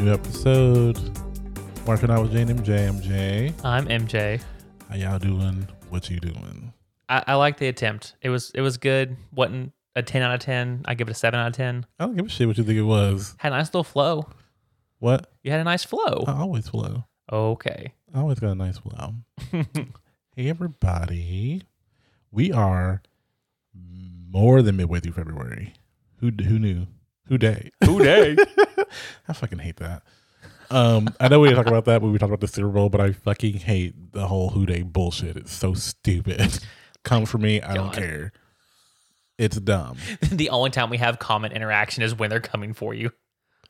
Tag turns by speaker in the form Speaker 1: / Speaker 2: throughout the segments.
Speaker 1: episode. Working out with Jane MJ. MJ,
Speaker 2: I'm MJ.
Speaker 1: how y'all doing? What you doing?
Speaker 2: I, I like the attempt. It was it was good. wasn't a ten out of ten. I give it a seven out of ten.
Speaker 1: I don't give a shit what you think it was.
Speaker 2: Had a nice little flow.
Speaker 1: What?
Speaker 2: You had a nice flow.
Speaker 1: I always flow.
Speaker 2: Okay.
Speaker 1: I always got a nice flow. hey everybody, we are more than midway through February. Who who knew? Who day?
Speaker 2: Who day?
Speaker 1: I fucking hate that. Um, I know we didn't talk about that when we talked about the Super Bowl, but I fucking hate the whole Who Day bullshit. It's so stupid. Come for me, I don't
Speaker 2: God.
Speaker 1: care. It's dumb.
Speaker 2: the only time we have common interaction is when they're coming for you.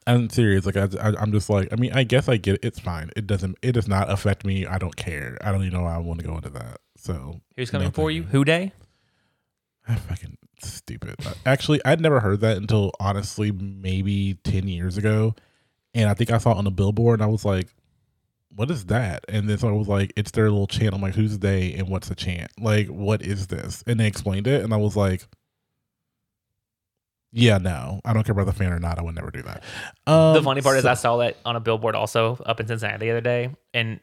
Speaker 1: I'm serious. Like I, I, am just like. I mean, I guess I get it. It's fine. It doesn't. It does not affect me. I don't care. I don't even know why I want to go into that. So
Speaker 2: Who's coming
Speaker 1: No,
Speaker 2: for
Speaker 1: thank
Speaker 2: you?
Speaker 1: you.
Speaker 2: Who day?
Speaker 1: I fucking stupid. Actually, I'd never heard that until honestly maybe 10 years ago. And I think I saw it on a billboard and I was like, what is that? And then someone was like, it's their little chant. I'm like, who's they and what's the chant? Like, what is this? And they explained it and I was like, yeah, no, I don't care about the fan or not. I would never do that. Um,
Speaker 2: the funny part is
Speaker 1: so-
Speaker 2: I saw that on a billboard also up in Cincinnati the other day, and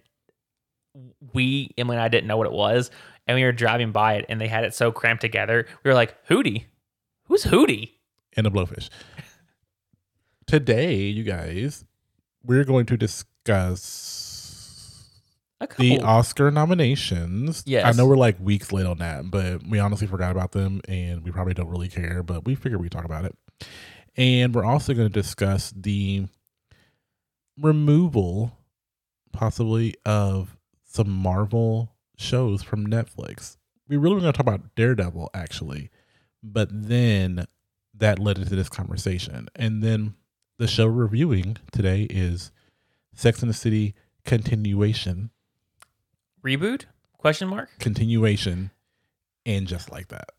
Speaker 2: we Emily and I didn't know what it was, and we were driving by it, and they had it so cramped together. We were like, Hootie, who's Hootie?
Speaker 1: and a blowfish. Today, you guys, we're going to discuss
Speaker 2: A
Speaker 1: the
Speaker 2: couple-
Speaker 1: Oscar nominations.
Speaker 2: Yes.
Speaker 1: I know we're like weeks late on that, but we honestly forgot about them and we probably don't really care, but we figured we'd talk about it. And we're also going to discuss the removal, possibly, of some Marvel shows from Netflix. We really were going to talk about Daredevil, actually, but then that led into this conversation. And then the show we're reviewing today is Sex and the City continuation
Speaker 2: reboot? Question mark.
Speaker 1: continuation and just like that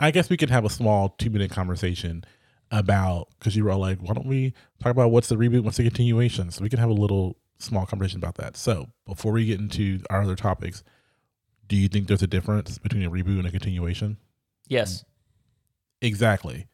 Speaker 1: i guess we could have a small two minute conversation about because you were all like why don't we talk about what's the reboot what's the continuation so we can have a little small conversation about that so before we get into our other topics do you think there's a difference between a reboot and a continuation
Speaker 2: Yes.
Speaker 1: exactly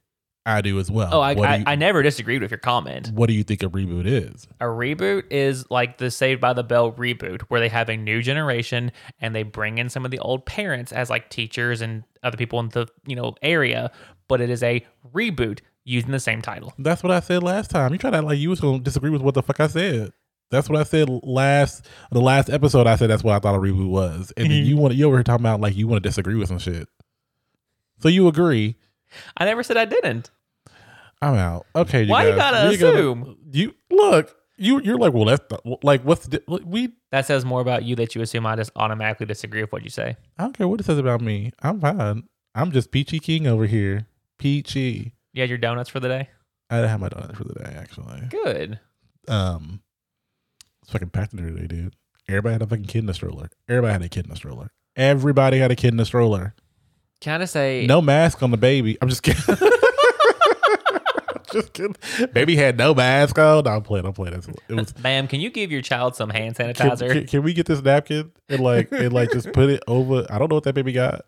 Speaker 1: i do as well
Speaker 2: Oh, I,
Speaker 1: what,
Speaker 2: I,
Speaker 1: do you,
Speaker 2: I never disagreed with your comment.
Speaker 1: what do you think a reboot is
Speaker 2: A reboot is like the Saved by the Bell reboot, where they have a new generation and they bring in some of the old parents as like teachers and other people in the you know area, but it is a reboot using the same title.
Speaker 1: That's what I said last time. You tried to act like you was gonna disagree with what the fuck I said. That's what I said last the last episode. I said that's what I thought a reboot was, and
Speaker 2: Mm-hmm.
Speaker 1: then you want you over here talking about like you want to disagree with some shit. So you agree?
Speaker 2: I never said I didn't.
Speaker 1: I'm out. Okay.
Speaker 2: Why you
Speaker 1: guys.
Speaker 2: gotta
Speaker 1: We
Speaker 2: assume?
Speaker 1: you look. You you're like well that's the, like what's the, di- we
Speaker 2: That says more about you that you assume I just automatically disagree with what you say.
Speaker 1: I don't care what it says about me. I'm fine. I'm just peachy king over here. Peachy.
Speaker 2: You had your donuts for the day.
Speaker 1: I didn't have my donuts for the day actually.
Speaker 2: Good.
Speaker 1: um it's fucking packed in there today, dude. Everybody had a fucking kid in a stroller. Everybody had a kid in a stroller. Everybody had a kid in a stroller.
Speaker 2: Can I say
Speaker 1: No mask on the baby. I'm just kidding. just kidding. Baby had no mask on. No, I'm playing. I'm playing. It's- It was.
Speaker 2: Ma'am, can you give your child some hand
Speaker 1: Can,
Speaker 2: sanitizer?
Speaker 1: can- can we get this napkin and like and like just put it over? I don't know what that baby got.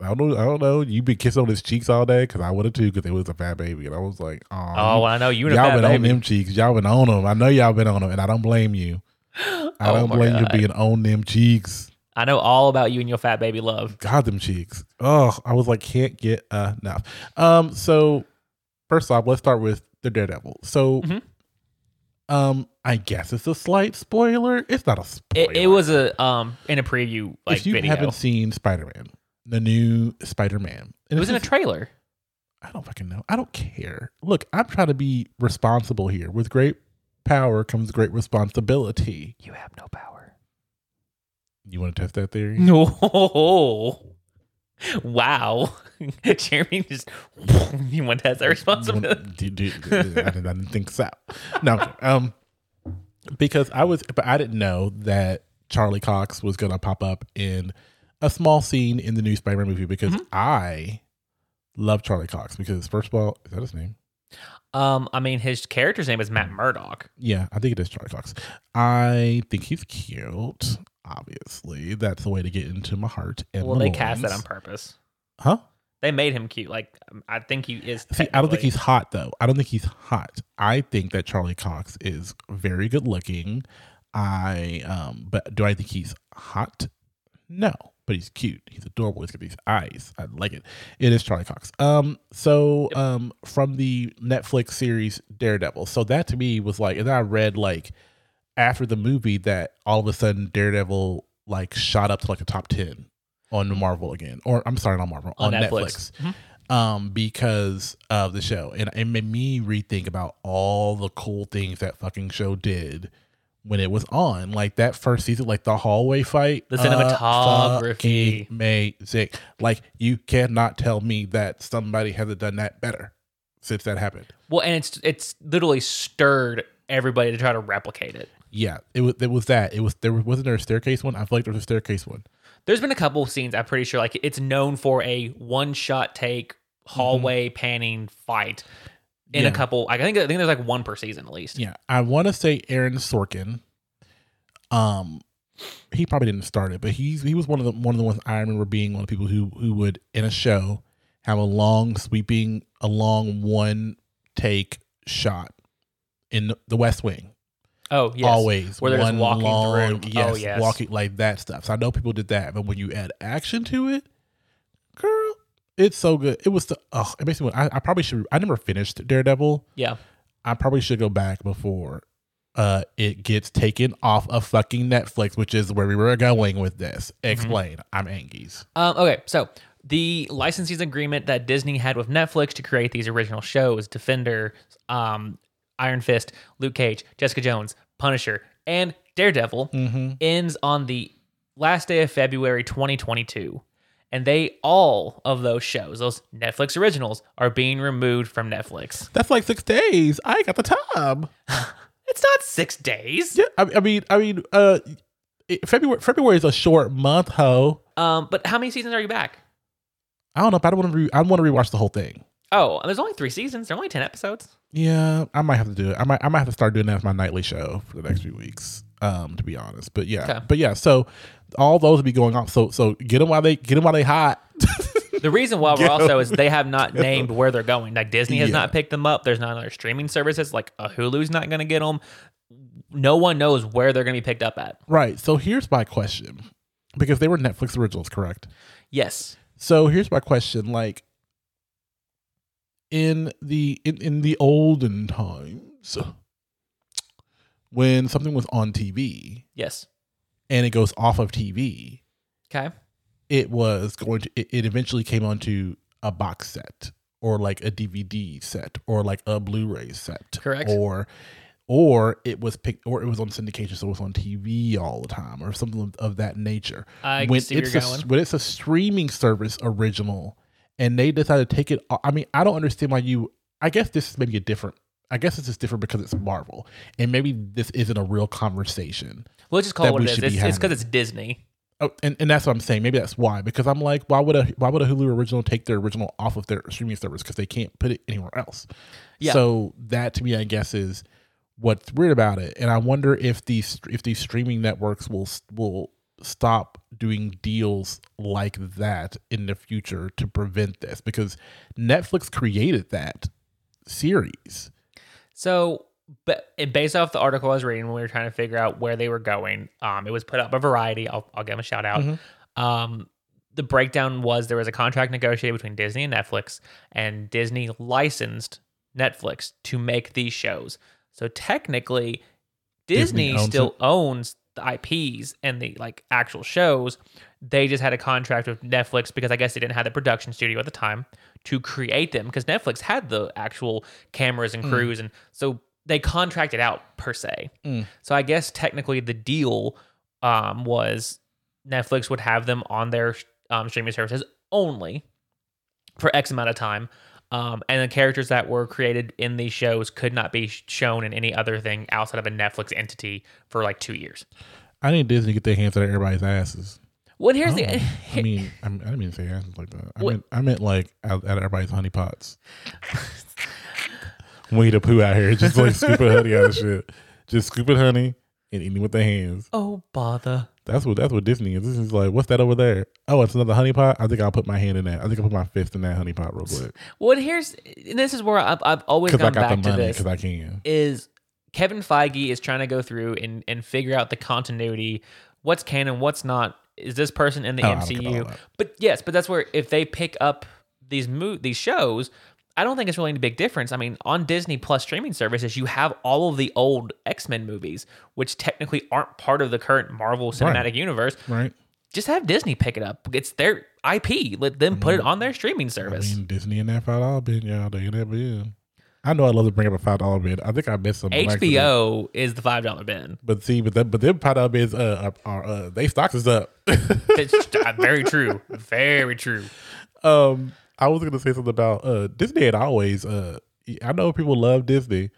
Speaker 1: I don't know. I don't know. You've been kissing on his cheeks all day because I wanted to because it was a fat baby and I was like, oh,
Speaker 2: oh, well, I know you and a
Speaker 1: y'all
Speaker 2: fat
Speaker 1: been on
Speaker 2: baby.
Speaker 1: them cheeks. Y'all been on them. I know y'all been on them, and I don't blame you. I
Speaker 2: Oh
Speaker 1: don't
Speaker 2: my
Speaker 1: blame you
Speaker 2: God.
Speaker 1: being on them cheeks.
Speaker 2: I know all about you and your fat baby love.
Speaker 1: God, them cheeks. Oh, I was like, can't get enough. Um, so first off, let's start with the Daredevil. So,
Speaker 2: Mhm. Mm-hmm.
Speaker 1: um, I guess it's a slight spoiler. It's not a spoiler.
Speaker 2: It, it was a um in a preview like
Speaker 1: if you
Speaker 2: video.
Speaker 1: haven't seen Spider Man, the new Spider Man,
Speaker 2: it was in a trailer.
Speaker 1: I don't fucking know. I don't care. Look, I'm trying to be responsible here. With great power comes great responsibility.
Speaker 2: You have no power.
Speaker 1: You want to test that theory?
Speaker 2: No. Wow. Jeremy just you want to have that responsibility.
Speaker 1: Do- do- do- I didn't I didn't think so. No, I'm kidding. um, because I was, but I didn't know that Charlie Cox was going to pop up in a small scene in the new Spider-Man movie because
Speaker 2: Mm-hmm.
Speaker 1: I love Charlie Cox because first of all, is that his name?
Speaker 2: Um, I mean his character's name is Matt Murdock.
Speaker 1: Yeah, I think it is Charlie Cox. I think he's cute. Obviously, that's the way to get into my heart. And
Speaker 2: Well,
Speaker 1: my
Speaker 2: they cast that
Speaker 1: loins.
Speaker 2: on purpose.
Speaker 1: huh?
Speaker 2: They made him cute. Like um, I think he is.
Speaker 1: See, I don't think
Speaker 2: technically-
Speaker 1: he's hot though. I don't think he's hot. I think that Charlie Cox is very good looking. I um but do I think he's hot? No. But he's cute. He's adorable. He's got these eyes. I like it. It is Charlie Cox. Um so um from the Netflix series Daredevil. So that to me was like and then I read like after the movie that all of a sudden Daredevil like shot up to like a top 10 on Marvel again. Or I'm sorry, not Marvel, on,
Speaker 2: On
Speaker 1: Netflix.
Speaker 2: Netflix. Mm-hmm.
Speaker 1: Um, because of the show. And it made me rethink about all the cool things that fucking show did when it was on. Like that first season, like the hallway fight.
Speaker 2: The
Speaker 1: uh,
Speaker 2: cinematography.
Speaker 1: fucking amazing. Like you cannot tell me that somebody hasn't done that better since that happened.
Speaker 2: well, and it's it's literally stirred everybody to try to replicate it.
Speaker 1: Yeah, it was. It was that. It was there. was- Wasn't there a staircase one? I feel like there was a staircase one.
Speaker 2: There's been a couple of scenes I'm pretty sure like it's known for a one shot take hallway panning fight in
Speaker 1: Mm-hmm. Yeah.
Speaker 2: a couple. I think I think there's like one per season at least.
Speaker 1: Yeah, I want to say Aaron Sorkin. Um, he probably didn't start it, but he he was one of the one of the ones I remember being one of the people who who would in a show have a long sweeping, a long one take shot in the, the West Wing.
Speaker 2: Oh yes.
Speaker 1: Always
Speaker 2: Where they're just
Speaker 1: one
Speaker 2: walking
Speaker 1: long-
Speaker 2: through.
Speaker 1: Yes,
Speaker 2: Oh, yes.
Speaker 1: walking like that stuff. So I know people did that, but when you add action to it, girl, it's so good. It was the oh, it makes me. want- I, I probably should. I never finished Daredevil.
Speaker 2: Yeah.
Speaker 1: I probably should go back before uh it gets taken off of fucking Netflix, which is where we were going with this. Explain. I'm Angies.
Speaker 2: Um, okay, so the licensees agreement that Disney had with Netflix to create these original shows, Defender, um, Iron Fist, Luke Cage, Jessica Jones, Punisher, and Daredevil,
Speaker 1: Mm-hmm.
Speaker 2: ends on the last day of February 2022. And they, all of those shows, those Netflix originals, are being removed from Netflix.
Speaker 1: That's like six days. I ain't got the time.
Speaker 2: It's not six days.
Speaker 1: Yeah. I, I mean. I mean. Uh, it, February. February is a short month, ho.
Speaker 2: Um, but how many seasons are you back?
Speaker 1: I don't know. But I don't want to. Re- I want to rewatch the whole thing.
Speaker 2: Oh, there's only three seasons. There are only 10 episodes.
Speaker 1: Yeah, I might have to do it. I might I might have to start doing that as my nightly show for the next few weeks. Um, to be honest, but yeah,
Speaker 2: Okay.
Speaker 1: but yeah. So all those would be going off. So so get them while they get them while they hot.
Speaker 2: The reason why we're
Speaker 1: Go.
Speaker 2: also is they have not named where they're going. Like Disney has
Speaker 1: Yeah.
Speaker 2: not picked them up. There's not other streaming services. Like a Hulu's not going to get them. No one knows where they're going to be picked up at.
Speaker 1: right. So here's my question, because they were Netflix originals, correct?
Speaker 2: Yes.
Speaker 1: So here's my question: like in the in, in the olden times, when something was on TV
Speaker 2: Yes.
Speaker 1: and it goes off of TV,
Speaker 2: Okay.
Speaker 1: it was going to it, it eventually came onto a box set or like a dvd set or like a blu-ray set
Speaker 2: Correct.
Speaker 1: or or it was picked or it was on syndication so it was on tv all the time or something of, of that nature
Speaker 2: I see where
Speaker 1: it's
Speaker 2: you're
Speaker 1: a,
Speaker 2: going.
Speaker 1: when it's a streaming service original and they decided to take it o- i mean i don't understand why you i guess this is maybe a different i guess this is different because it's marvel and maybe this isn't a real conversation
Speaker 2: We'll just call
Speaker 1: that
Speaker 2: it what
Speaker 1: we
Speaker 2: it is.
Speaker 1: should be
Speaker 2: It's because
Speaker 1: having.
Speaker 2: it's Disney.
Speaker 1: Oh, and, and that's what I'm saying. Maybe that's why. Because I'm like, why would a why would a Hulu original take their original off of their streaming service? Because they can't put it anywhere else.
Speaker 2: Yeah.
Speaker 1: So that to me, I guess, is what's weird about it. And I wonder if these if these streaming networks will will stop doing deals like that in the future to prevent this. Because Netflix created that series.
Speaker 2: So, but it- based off the article I was reading when we were trying to figure out where they were going, um, it was put up by Variety. I'll, I'll give them a shout out.
Speaker 1: Mhm.
Speaker 2: Um, the breakdown was there was a contract negotiated between Disney and Netflix, and Disney licensed Netflix to make these shows. So technically,
Speaker 1: Disney
Speaker 2: Disney,
Speaker 1: owns
Speaker 2: still
Speaker 1: it.
Speaker 2: owns the IPs and the like actual shows. They just had a contract with Netflix because I guess they didn't have the production studio at the time to create them because Netflix had the actual cameras and crews and so they contracted out per se.
Speaker 1: Mm.
Speaker 2: So I guess technically the deal um, was Netflix would have them on their um, streaming services only for X amount of time. Um, and the characters that were created in these shows could not be sh- shown in any other thing outside of a Netflix entity for like two years.
Speaker 1: I need Disney to get their hands out of everybody's asses.
Speaker 2: Well, here's the
Speaker 1: Oh, I mean, I mean, I didn't mean to say asses like that. I
Speaker 2: What-
Speaker 1: meant, I meant like out, out of everybody's honeypots. we the poo out here, just like scooping honey out of shit, just scooping honey and eating with their hands.
Speaker 2: oh bother.
Speaker 1: That's what that's what Disney is. This is like, what's that over there? Oh, it's another honeypot. I think I'll put my hand in that. I think I'll put my fist in that honeypot real quick
Speaker 2: Well, and here's and this is where I've, I've always
Speaker 1: because I
Speaker 2: gone
Speaker 1: got the
Speaker 2: back to
Speaker 1: money
Speaker 2: this
Speaker 1: because I can.
Speaker 2: is Kevin Feige is trying to go through and and figure out the continuity, what's canon, what's not. Is this person in the
Speaker 1: Oh, I don't get all
Speaker 2: MCU?
Speaker 1: that.
Speaker 2: But yes, but that's where if they pick up these mo- these shows, I don't think it's really any big difference. I mean, on Disney Plus streaming services, you have all of the old X Men movies, which technically aren't part of the current Marvel Cinematic
Speaker 1: Right.
Speaker 2: Universe.
Speaker 1: Right?
Speaker 2: Just have Disney pick it up. It's their IP. Let them put it on their streaming
Speaker 1: Mm-hmm. I
Speaker 2: service.
Speaker 1: mean, Disney and that five dollar bid, y'all. They ain't ever in. I know I love to bring up a five dollar bid. I think I missed some on accident.
Speaker 2: HBO is the five dollar bin.
Speaker 1: But see, but that, but them pot up is uh, up- are uh, they stocks is up.
Speaker 2: It's uh, very true. Very true.
Speaker 1: um, I was gonna say something about uh Disney had always uh I know people love Disney,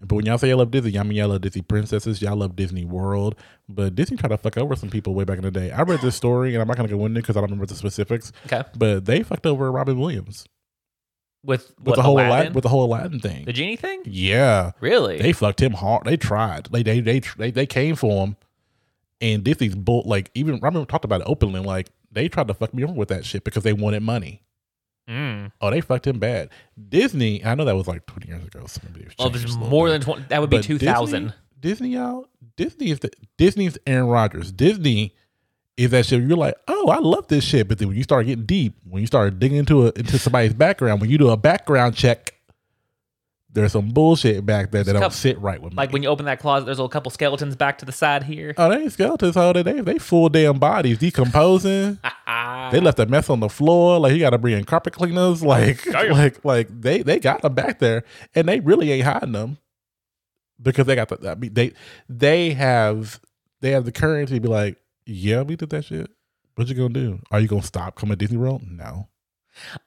Speaker 1: but when y'all say y'all love Disney, y'all mean y'all love Disney princesses, y'all love Disney World. But Disney tried to fuck over some people way back in the day. I read this story and I'm not gonna go into it because I don't remember the specifics,
Speaker 2: Okay.
Speaker 1: but they fucked over Robin Williams
Speaker 2: With
Speaker 1: with
Speaker 2: what,
Speaker 1: the whole
Speaker 2: Aladdin?
Speaker 1: Aladdin, with the whole Aladdin thing.
Speaker 2: the genie thing?
Speaker 1: yeah.
Speaker 2: Really?
Speaker 1: They fucked him hard. They tried. Like they they they, they came for him, and Disney's bull. Like even I remember talked about it openly. Like they tried to fuck me over with that shit because they wanted money.
Speaker 2: mm.
Speaker 1: Oh, they fucked him bad. Disney. I know that was like twenty years ago. So maybe it's
Speaker 2: Well,
Speaker 1: changed
Speaker 2: there's
Speaker 1: a little
Speaker 2: Oh, more
Speaker 1: bit.
Speaker 2: than twenty. That would be
Speaker 1: But
Speaker 2: two thousand.
Speaker 1: Disney, Disney, y'all. Disney is the Disney's Aaron Rodgers. Disney is that shit. You're like, oh, I love this shit. But then when you start getting deep, when you start digging into a, into somebody's background, when you do a background check, there's some bullshit back there that
Speaker 2: a
Speaker 1: don't
Speaker 2: couple-
Speaker 1: sit right with me.
Speaker 2: Like when you open that closet, there's a couple skeletons back to the side here.
Speaker 1: Oh, they ain't skeletons holding. They they full damn bodies decomposing. Oh. they left a mess on the floor. Like you got to bring in carpet cleaners. Like
Speaker 2: Damn.
Speaker 1: like like they they got them back there, and they really ain't hiding them because they got the. I mean, they they have they have the currency to be like, yeah, we did that shit. What you gonna do? Are you gonna stop coming to Disney World? No.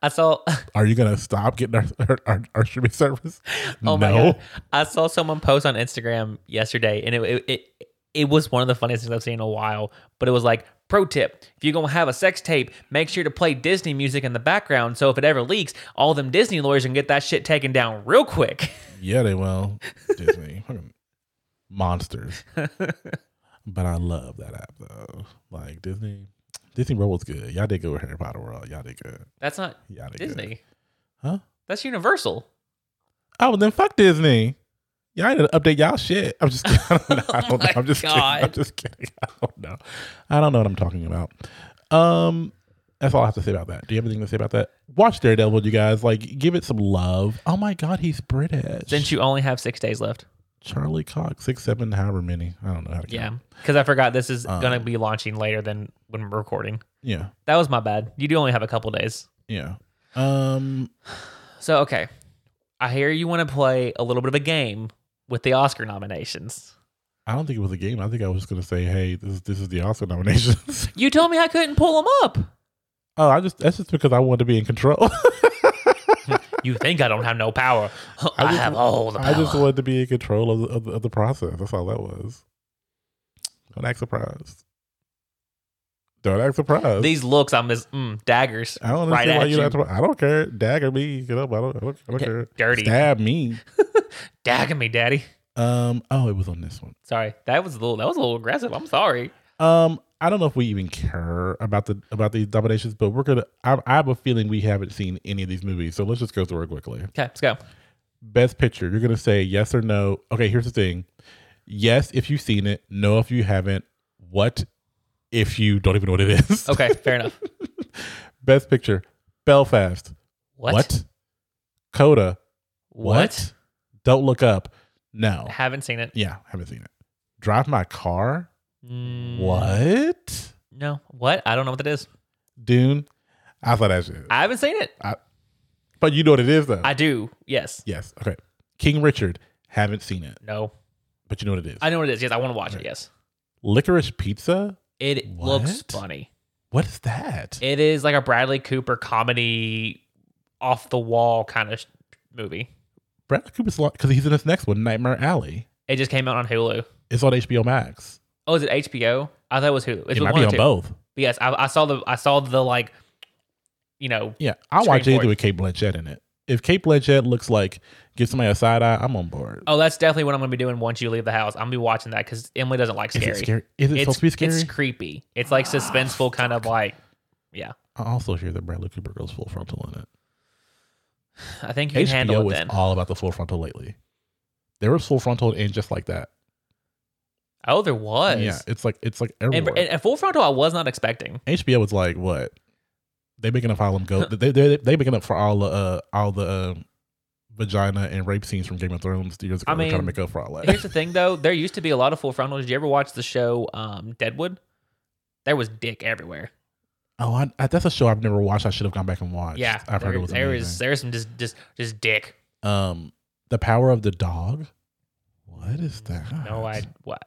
Speaker 2: I saw.
Speaker 1: Are you gonna stop getting our our, our, our streaming service?
Speaker 2: Oh
Speaker 1: no.
Speaker 2: my God. I saw someone post on Instagram yesterday, and it it, it it was one of the funniest things I've seen in a while. But it was like, pro tip: if you're gonna have a sex tape, make sure to play Disney music in the background, so if it ever leaks, all them Disney lawyers can get that shit taken down real quick.
Speaker 1: Yeah, they will. Disney. Fucking monsters. but I love that app though. Like Disney. Disney World was good. Y'all did good with Harry Potter World. Y'all did good.
Speaker 2: That's not
Speaker 1: Y'all did Good.
Speaker 2: Disney.
Speaker 1: Huh?
Speaker 2: That's Universal.
Speaker 1: Oh, then fuck Disney. Y'all need to update y'all shit. I'm just kidding. I don't know. I don't know.
Speaker 2: Oh
Speaker 1: I'm
Speaker 2: my
Speaker 1: just kidding. I'm
Speaker 2: God.
Speaker 1: just kidding. I don't know. I don't know what I'm talking about. Um, that's all I have to say about that. Do you have anything to say about that? Watch Daredevil, you guys. Like, give it some love. Oh my God, he's British.
Speaker 2: Since you only have six days left.
Speaker 1: Charlie Cox, six, seven, however many. I don't know how to count.
Speaker 2: Yeah. Because I forgot this is
Speaker 1: Um,
Speaker 2: going to be launching later than when we're recording.
Speaker 1: Yeah.
Speaker 2: That was my bad. You do only have a couple days.
Speaker 1: Yeah. Um
Speaker 2: So, okay. I hear you want to play a little bit of a game with the Oscar nominations.
Speaker 1: I don't think it was a game. I think I was just gonna say, hey, this is this is the Oscar nominations.
Speaker 2: You told me I couldn't pull them up.
Speaker 1: oh, I just that's just because I wanted to be in control.
Speaker 2: You think I don't have no power. I,
Speaker 1: I just-
Speaker 2: have all the power.
Speaker 1: I just wanted to be in control of the, of the of the process. That's all that was. Don't act surprised. Don't act surprised.
Speaker 2: These looks, I'm just mm, daggers.
Speaker 1: I don't
Speaker 2: right
Speaker 1: understand why
Speaker 2: at
Speaker 1: you don't
Speaker 2: you.
Speaker 1: act surprised. I don't care. Dagger me. Get up. I don't I don't, I don't care.
Speaker 2: Dirty.
Speaker 1: Stab me.
Speaker 2: Dagging me, daddy.
Speaker 1: Um oh it was on this one.
Speaker 2: Sorry. That was a little that was a little aggressive. I'm sorry.
Speaker 1: Um, I don't know if we even care about the about these nominations, but we're gonna. I, I have a feeling we haven't seen any of these movies, so let's just go through it quickly.
Speaker 2: Okay, let's go.
Speaker 1: Best Picture, you're gonna say yes or no. Okay, here's the thing: yes if you've seen it, no if you haven't. What if you don't even know what it is?
Speaker 2: Okay, fair enough.
Speaker 1: Best Picture, Belfast.
Speaker 2: What?
Speaker 1: Coda.
Speaker 2: What?
Speaker 1: Don't look up. No.
Speaker 2: Haven't seen it.
Speaker 1: Yeah, haven't seen it. Drive my car.
Speaker 2: Mm,
Speaker 1: What?
Speaker 2: No. What? I don't know what that is.
Speaker 1: Dune. I thought that shit.
Speaker 2: I haven't seen it.
Speaker 1: But you know what it is though.
Speaker 2: I do. Yes.
Speaker 1: Yes. Okay. King Richard. Haven't seen it,
Speaker 2: No.
Speaker 1: but you know what it is.
Speaker 2: I know what it is. Yes, I want to watch it.
Speaker 1: Right.
Speaker 2: Yes.
Speaker 1: Licorice Pizza.
Speaker 2: It
Speaker 1: What?
Speaker 2: looks funny.
Speaker 1: What is that?
Speaker 2: It is like a Bradley Cooper comedy, off the wall kind of sh- movie.
Speaker 1: Bradley Cooper's because he's in this next one, Nightmare Alley.
Speaker 2: It just came out on Hulu.
Speaker 1: It's on HBO Max.
Speaker 2: Oh, is it HBO? I thought it was Hulu. It's
Speaker 1: it might
Speaker 2: one
Speaker 1: be
Speaker 2: or
Speaker 1: on
Speaker 2: two.
Speaker 1: both.
Speaker 2: But yes, I, I saw the I saw the like, you know,
Speaker 1: Yeah, I
Speaker 2: Screen
Speaker 1: watch anything
Speaker 2: for it.
Speaker 1: with Kate Blanchett in it. if Kate Blanchett looks like give somebody a side eye, I'm on board.
Speaker 2: Oh, that's definitely what I'm going to be doing once you leave the house. I'm going to be watching that because Emily doesn't like
Speaker 1: Is
Speaker 2: scary.
Speaker 1: it scary? Is it
Speaker 2: It's,
Speaker 1: supposed to be scary?
Speaker 2: it's creepy. It's like suspenseful, kind of like, yeah.
Speaker 1: I also hear that Bradley Cooper goes full frontal in it.
Speaker 2: I think you can
Speaker 1: HBO
Speaker 2: handle it
Speaker 1: is
Speaker 2: then.
Speaker 1: all about the full frontal lately. There was full frontal in just like that.
Speaker 2: Oh, there was.
Speaker 1: Yeah, it's like it's like
Speaker 2: And,
Speaker 1: everywhere.
Speaker 2: and, and full frontal, I was not expecting.
Speaker 1: HBO was like, what? They making up Harlem Go. they they they making up for all the uh, all the um, vagina and rape scenes from Game of Thrones years ago.
Speaker 2: I
Speaker 1: They're trying
Speaker 2: mean,
Speaker 1: to make up for all
Speaker 2: Here's
Speaker 1: that.
Speaker 2: the thing, though. There used to be a lot of full frontal. Did you ever watch the show um, Deadwood? There was dick everywhere.
Speaker 1: oh, I, I, that's a show I've never watched. I should have gone back and watched.
Speaker 2: yeah,
Speaker 1: I've
Speaker 2: there,
Speaker 1: heard it was
Speaker 2: there
Speaker 1: amazing.
Speaker 2: is there is some just just just dick.
Speaker 1: um, the power of the dog. What is that?
Speaker 2: No, I what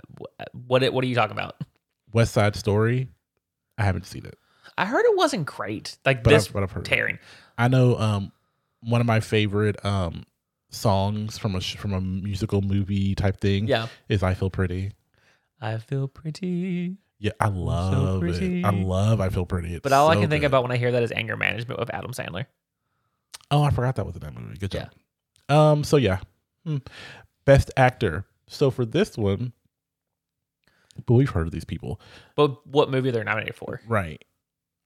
Speaker 2: what what are you talking about?
Speaker 1: West Side Story. I haven't seen it,
Speaker 2: I heard it wasn't great. Like
Speaker 1: but
Speaker 2: this
Speaker 1: I've, but I've heard. it.
Speaker 2: tearing.
Speaker 1: I know um one of my favorite um songs from a sh- from a musical movie type thing
Speaker 2: Yeah,
Speaker 1: is I Feel Pretty.
Speaker 2: I feel pretty.
Speaker 1: Yeah, I love it.
Speaker 2: pretty.
Speaker 1: I love I Feel Pretty. It's
Speaker 2: But all I
Speaker 1: so
Speaker 2: can think
Speaker 1: good.
Speaker 2: about when I hear that is anger management with Adam Sandler.
Speaker 1: Oh, I forgot that was in that movie. Good job. Um so yeah. Hmm. Best actor. So for this one but we've heard of these people.
Speaker 2: But what movie they're nominated for?
Speaker 1: Right.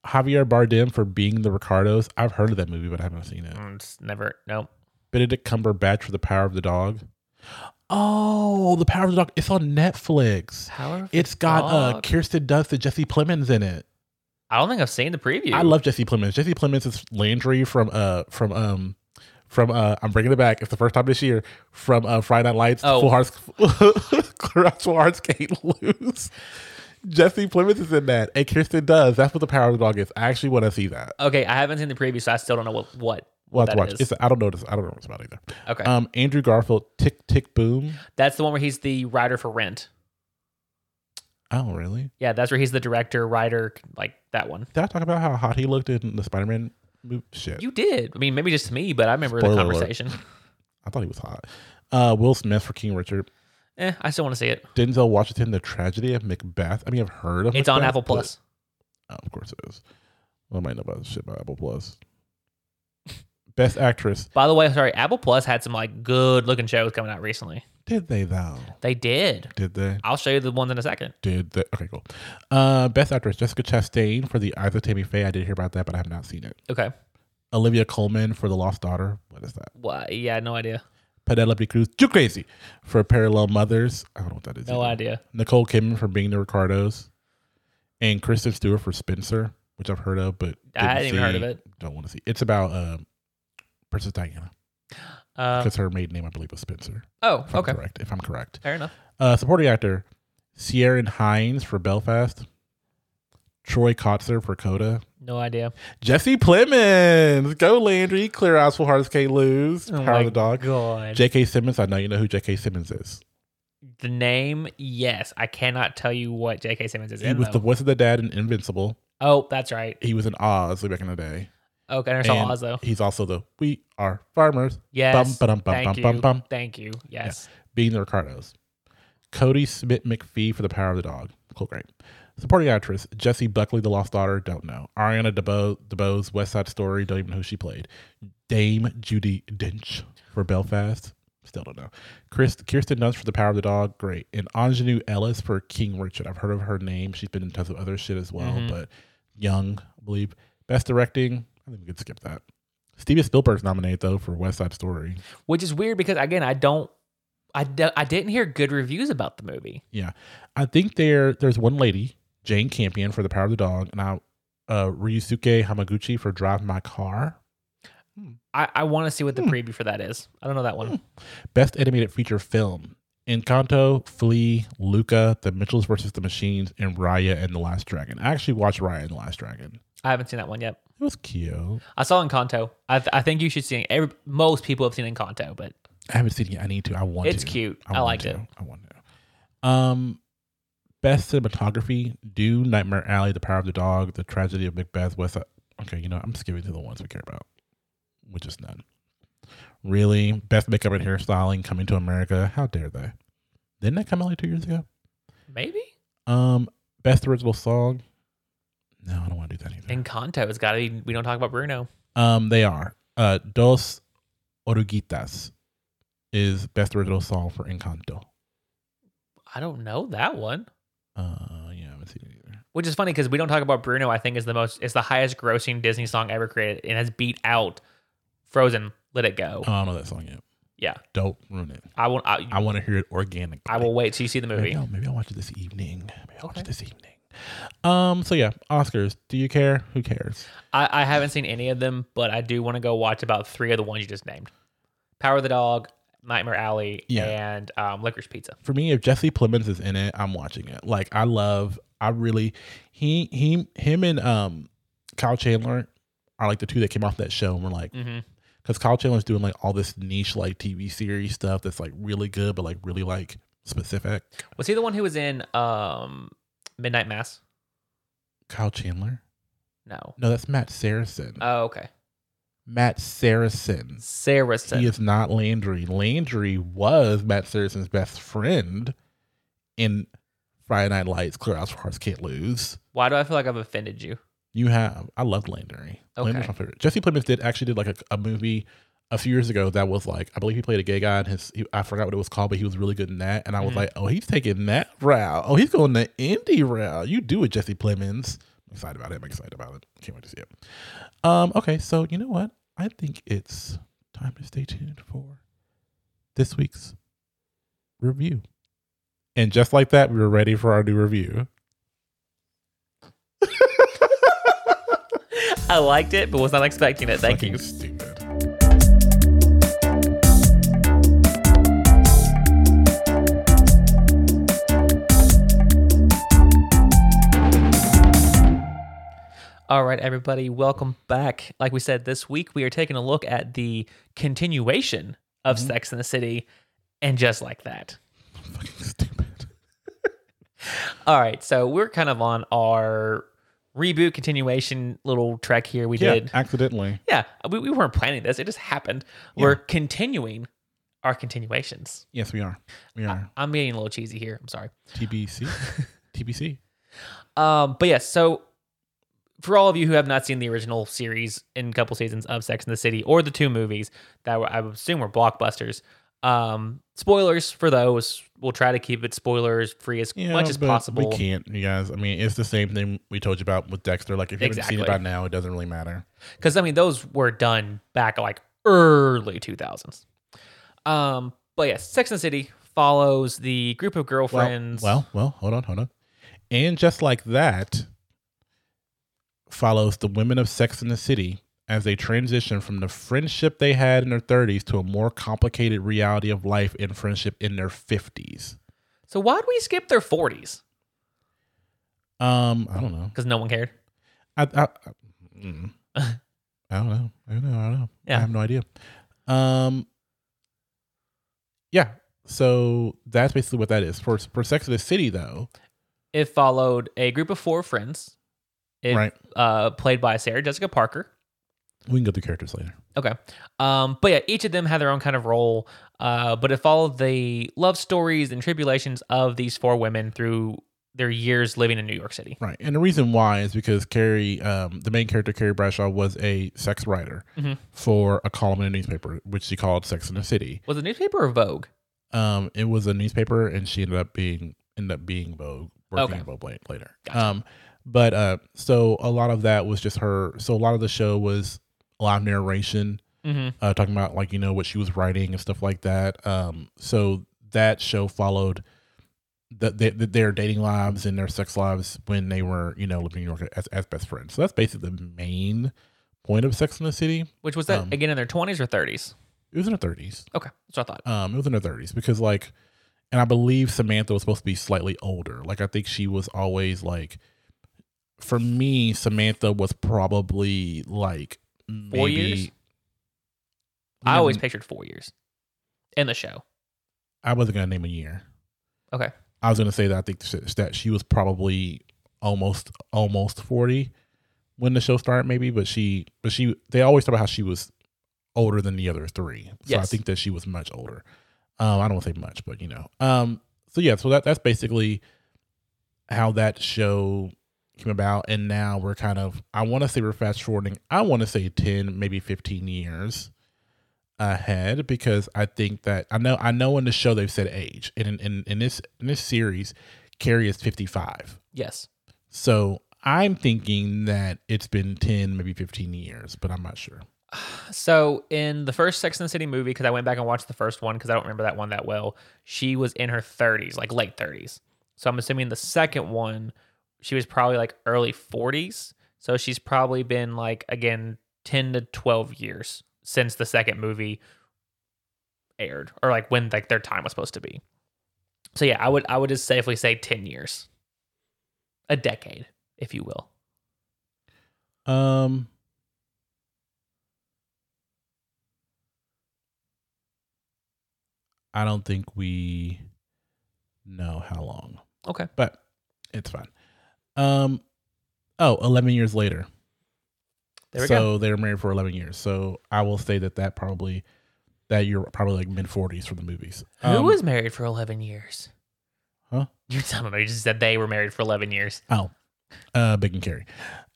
Speaker 1: Javier Bardem for being the Ricardos. I've heard of that movie, but I haven't seen it.
Speaker 2: Mm, It's never no.
Speaker 1: Benedict Cumberbatch for The Power of the Dog. Oh, The Power of the Dog. It's on Netflix.
Speaker 2: Power.
Speaker 1: It's got uh,
Speaker 2: Dog.
Speaker 1: Kirsten Dunst and Jesse Plemons in it.
Speaker 2: I don't think I've seen the preview.
Speaker 1: I love Jesse Plemons. Jesse Plemons is Landry from uh from um from uh I'm bringing it back. It's the first time this year from uh Friday Night Lights.
Speaker 2: Oh.
Speaker 1: Full Hearts, Full Hearts Can't Lose. Jesse Plemons is in that, and Kirsten does. That's what the Power of the Dog is. I actually want to see that.
Speaker 2: Okay, I haven't seen the preview, so I still don't know what what.
Speaker 1: We'll have
Speaker 2: That
Speaker 1: to watch.
Speaker 2: is.
Speaker 1: It's, I don't know. This, I don't know what it's about either.
Speaker 2: Okay,
Speaker 1: Um, Andrew Garfield, Tick Tick Boom.
Speaker 2: that's the one where he's the writer for Rent.
Speaker 1: Oh, really?
Speaker 2: Yeah, that's where he's the director, writer, like that one.
Speaker 1: Did I talk about how hot he looked in the Spider Man movie? Shit.
Speaker 2: You did. I mean, maybe just me, but I remember
Speaker 1: Spoiler
Speaker 2: the
Speaker 1: alert.
Speaker 2: conversation.
Speaker 1: I thought he was hot. Uh, Will Smith for King Richard.
Speaker 2: eh, I still want to see it.
Speaker 1: Denzel Washington, The Tragedy of Macbeth. I mean, I've heard of
Speaker 2: It's on
Speaker 1: Macbeth,
Speaker 2: Apple
Speaker 1: but-
Speaker 2: Plus.
Speaker 1: Oh, of course it is. Well, I might know about shit about Apple Plus. Best actress.
Speaker 2: By the way, sorry, Apple Plus had some like good looking shows coming out recently.
Speaker 1: Did they though?
Speaker 2: They did.
Speaker 1: Did they?
Speaker 2: I'll show you the ones in a second.
Speaker 1: Did they? Okay, cool. Uh, best actress Jessica Chastain for The Eyes of Tammy Faye. I did hear about that, but I have not seen it.
Speaker 2: Okay.
Speaker 1: Olivia Colman for The Lost Daughter. What is that?
Speaker 2: Why? Yeah, no idea.
Speaker 1: Penelope Cruz, too crazy for Parallel Mothers. I don't know what that is.
Speaker 2: No
Speaker 1: either.
Speaker 2: idea.
Speaker 1: Nicole Kidman for Being the Ricardos, and Kristen Stewart for Spencer, which I've heard of, but
Speaker 2: I hadn't even
Speaker 1: see.
Speaker 2: heard of it.
Speaker 1: Don't want to see. It's about uh, Princess Diana
Speaker 2: Uh,
Speaker 1: because her maiden name, I believe, was Spencer.
Speaker 2: oh,
Speaker 1: If I'm
Speaker 2: okay.
Speaker 1: correct, if I'm correct.
Speaker 2: Fair enough.
Speaker 1: Uh, supporting actor, Ciaran Hines for Belfast, Troy Kotzer for Coda,
Speaker 2: No idea.
Speaker 1: Jesse Plemons, go Landry, clear eyes, full hearts can't lose,
Speaker 2: Oh
Speaker 1: power
Speaker 2: my
Speaker 1: of the dog.
Speaker 2: God.
Speaker 1: J.K. Simmons, I know you know who J.K. Simmons is.
Speaker 2: the name, yes. I cannot tell you what J.K. Simmons is
Speaker 1: He
Speaker 2: in.
Speaker 1: was
Speaker 2: though.
Speaker 1: the voice of the dad in Invincible.
Speaker 2: oh, that's right.
Speaker 1: He was in Oz way back in the day.
Speaker 2: Okay, I never saw
Speaker 1: And
Speaker 2: Oz though.
Speaker 1: He's also the We Are Farmers,
Speaker 2: Yes.
Speaker 1: bum, bum,
Speaker 2: Thank
Speaker 1: bum,
Speaker 2: you.
Speaker 1: bum, bum.
Speaker 2: Thank you. Yes.
Speaker 1: being the Ricardos. Cody Smith McPhee for The Power of the Dog. Cool, great. Supporting actress Jessie Buckley, The Lost Daughter. Don't know. Ariana DeBose, DeBose West Side Story. Don't even know who she played. Dame Judy Dench for Belfast. Still don't know. Chris, Kirsten Dunst for The Power of the Dog. Great. And Anjanou Ellis for King Richard. I've heard of her name. She's been in tons of other shit as well,
Speaker 2: Mhm.
Speaker 1: but young, I believe. Best directing. I think we could skip that. Steven Spielberg's nominated though for West Side Story.
Speaker 2: Which is weird because again, I don't, I, do, I didn't hear good reviews about the movie.
Speaker 1: Yeah, I think there there's one lady, Jane Campion for The Power of the Dog, and I, uh, Ryusuke Hamaguchi for Drive My Car.
Speaker 2: I, I want to see what the
Speaker 1: Hmm. preview
Speaker 2: preview for that is. I don't know that one.
Speaker 1: Best animated feature film: Encanto, Flea, Luca, The Mitchells versus the Machines, and Raya and the Last Dragon. I actually watched Raya and the Last Dragon.
Speaker 2: I haven't seen that one yet.
Speaker 1: It was cute.
Speaker 2: I saw Encanto. I, th- I think you should see it. Every, most people have seen Encanto, but
Speaker 1: I haven't seen it. yet. I need to. I want
Speaker 2: it's
Speaker 1: to.
Speaker 2: cute. I,
Speaker 1: want
Speaker 2: liked
Speaker 1: to.
Speaker 2: it.
Speaker 1: I want to. Um, best cinematography: Dune, Nightmare Alley, The Power of the Dog, The Tragedy of Macbeth. West. Side- Okay, you know I'm skipping to the ones we care about, which is none. Really, best makeup and hairstyling: Coming to America. How dare they? Didn't that come out like two years ago?
Speaker 2: Maybe
Speaker 1: Um, best original song. No, I don't want to do that either.
Speaker 2: Encanto has got to be. We don't talk about Bruno.
Speaker 1: Um, they are uh, Dos Oruguitas is best original song for Encanto.
Speaker 2: I don't know that one.
Speaker 1: Uh, yeah, I haven't seen it either.
Speaker 2: Which is funny because we don't talk about Bruno. I think is the most is the highest grossing Disney song ever created and has beat out Frozen. Let it go.
Speaker 1: I don't know that song yet.
Speaker 2: Yeah.
Speaker 1: Don't ruin it.
Speaker 2: I will. I,
Speaker 1: I want to hear it organically.
Speaker 2: I will wait till you see the
Speaker 1: Maybe
Speaker 2: movie.
Speaker 1: I'll, maybe I'll watch it this evening. Maybe I'll watch it
Speaker 2: Okay.
Speaker 1: this evening. Um. So yeah, Oscars. Do you care? Who cares?
Speaker 2: I, I haven't seen any of them, but I do want to go watch about three of the ones you just named: Power of the Dog, Nightmare Alley,
Speaker 1: Yeah.
Speaker 2: and um, Licorice Pizza.
Speaker 1: For me, if Jesse Plemons is in it, I'm watching it. Like I love. I really. He he him and um Kyle Chandler are like the two that came off that show and were like
Speaker 2: hmm
Speaker 1: because Kyle Chandler's doing like all this niche like TV series stuff that's like really good but like really like specific.
Speaker 2: Was he the one who was in um, Midnight Mass?
Speaker 1: Kyle Chandler?
Speaker 2: No.
Speaker 1: No, that's Matt Saracen.
Speaker 2: Oh, okay.
Speaker 1: Matt Saracen.
Speaker 2: Saracen.
Speaker 1: He is not Landry. Landry was Matt Saracen's best friend in Friday Night Lights, Clear Out Hearts Can't Lose.
Speaker 2: Why do I feel like I've offended you?
Speaker 1: You have I love Landry. Landry's
Speaker 2: Okay.
Speaker 1: my favorite. Jesse Plemons did actually did like a, a movie a few years ago that was like I believe he played a gay guy and his he, I forgot what it was called, but he was really good in that. And I was
Speaker 2: Mhm.
Speaker 1: like, oh, he's taking that route. Oh, he's going the indie route. You do it, Jesse Plemons. I'm excited about it. I'm excited about it. Can't wait to see it. Um. Okay. So you know what? I think it's time to stay tuned for this week's review. And just like that, we were ready for our new review.
Speaker 2: I liked it, but was not expecting it. Thank
Speaker 1: Fucking
Speaker 2: you.
Speaker 1: Stupid.
Speaker 2: All right, everybody, welcome back. Like we said, this week we are taking a look at the continuation of
Speaker 1: Mhm.
Speaker 2: Sex in the City, and just like that.
Speaker 1: Fucking stupid.
Speaker 2: All right, so we're kind of on our reboot continuation little trek here. We
Speaker 1: yeah,
Speaker 2: did,
Speaker 1: accidentally.
Speaker 2: yeah. We, we weren't planning this; it just happened. We're continuing our continuations.
Speaker 1: Yes, we are. We are.
Speaker 2: I'm getting a little cheesy here. I'm sorry.
Speaker 1: TBC. TBC.
Speaker 2: Um, but yes, so for all of you who have not seen the original series in a couple seasons of Sex in the City or the two movies that were, I would assume were blockbusters, um, spoilers for those. We'll try to keep it spoilers free as
Speaker 1: Yeah,
Speaker 2: much as
Speaker 1: but
Speaker 2: possible.
Speaker 1: We can't, you guys. I mean, it's the same thing we told you about with Dexter. Like, if you haven't seen it by
Speaker 2: Exactly.
Speaker 1: now, it doesn't really matter.
Speaker 2: because I mean those were done back like early 2000s. Um, but yes, Sex and the City follows the group of
Speaker 1: Well,
Speaker 2: girlfriends.
Speaker 1: Well, well, hold on, hold on. And just like that, follows the women of Sex in the City as they transition from the friendship they had in their 30s to a more complicated reality of life and friendship in their 50s.
Speaker 2: so why'd we skip their 40s?
Speaker 1: Um, I don't know.
Speaker 2: Because no one cared.
Speaker 1: I, I, I- mm. I don't know. I don't know. I don't know.
Speaker 2: Yeah.
Speaker 1: I have no idea. Um, yeah. So that's basically what that is for for Sex in the City, though,
Speaker 2: It followed a group of four friends. It
Speaker 1: right?
Speaker 2: uh, played by Sarah Jessica Parker.
Speaker 1: We can go through characters later.
Speaker 2: Okay. Um, but yeah, each of them had their own kind of role. Uh, but it followed the love stories and tribulations of these four women through their years living in New York City.
Speaker 1: Right. And the reason why is because Carrie, um, the main character, Carrie Bradshaw, was a sex writer
Speaker 2: Mhm.
Speaker 1: for a column in a newspaper, which she called Sex in the City.
Speaker 2: Was it newspaper or Vogue?
Speaker 1: Um, it was a newspaper, and she ended up being ended up being Vogue, working
Speaker 2: Okay.
Speaker 1: at Vogue late- later.
Speaker 2: Gotcha.
Speaker 1: Um, but uh, so a lot of that was just her. So a lot of the show was a lot of narration,
Speaker 2: Mm-hmm.
Speaker 1: uh, talking about like you know what she was writing and stuff like that. Um, so that show followed the, the, their dating lives and their sex lives when they were you know living in New York as, as best friends. So that's basically the main point of Sex in the City.
Speaker 2: Which was that
Speaker 1: Um,
Speaker 2: again in their 20s or 30s?
Speaker 1: It was in her thirties.
Speaker 2: Okay. That's what I thought.
Speaker 1: Um, it was in her thirties because like, and I believe Samantha was supposed to be slightly older. Like I think she was always like, for me, Samantha was probably like maybe,
Speaker 2: Four years? I always pictured four years in the show.
Speaker 1: I wasn't gonna name a year.
Speaker 2: Okay.
Speaker 1: I was gonna say that I think sh- that she was probably almost almost forty when the show started, maybe. But she, but she, they always talk about how she was older than the other three. So I
Speaker 2: Yes.
Speaker 1: think that she was much older. Um, I don't want to say much, but you know. Um, so yeah, so that that's basically how that show came about, and now we're kind of I want to say we're fast forwarding. I want to say ten, maybe fifteen years. ahead because I think that I know I know in the show they've said age, and in, in, in this in this series, Carrie is fifty five.
Speaker 2: Yes.
Speaker 1: So I'm thinking that it's been ten, maybe fifteen years, but I'm not sure.
Speaker 2: So in the first Sex and the City movie, because I went back and watched the first one because I don't remember that one that well, she was in her 30s, like late 30s. So I'm assuming the second one, she was probably like early 40s. So she's probably been like again 10 to 12 years since the second movie aired, or like when like their time was supposed to be. So yeah, I would I would just safely say 10 years, a decade, if you will.
Speaker 1: Um, I don't think we know how long.
Speaker 2: Okay.
Speaker 1: but it's fine. Um, oh, 11 years later.
Speaker 2: There we
Speaker 1: so
Speaker 2: go.
Speaker 1: they were married for 11 years. So I will say that that probably that you're probably like mid 40s for the movies.
Speaker 2: Who
Speaker 1: Um,
Speaker 2: was married for 11 years?
Speaker 1: Huh?
Speaker 2: You, I don't know. You just said they were married for 11 years.
Speaker 1: Oh, uh, Big and Carrie.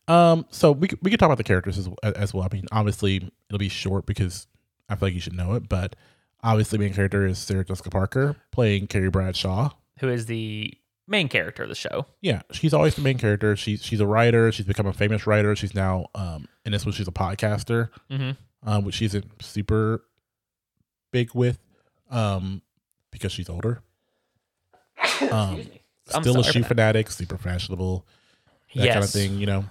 Speaker 1: Um, so we could- we could talk about the characters as as well. I mean, obviously it'll be short because I feel like you should know it, but obviously main character is Sarah Jessica Parker playing Carrie Bradshaw.
Speaker 2: Who is the main character of the show?
Speaker 1: Yeah, she's always the main character. She's she's a writer. She's become a famous writer. She's now um, and this one she's a podcaster.
Speaker 2: Mm-hmm.
Speaker 1: um, which she isn't super big with, um, because she's older. Um,
Speaker 2: I'm
Speaker 1: still a
Speaker 2: sorry
Speaker 1: shoe
Speaker 2: for that.
Speaker 1: fanatic, super fashionable, that kind of thing. You know,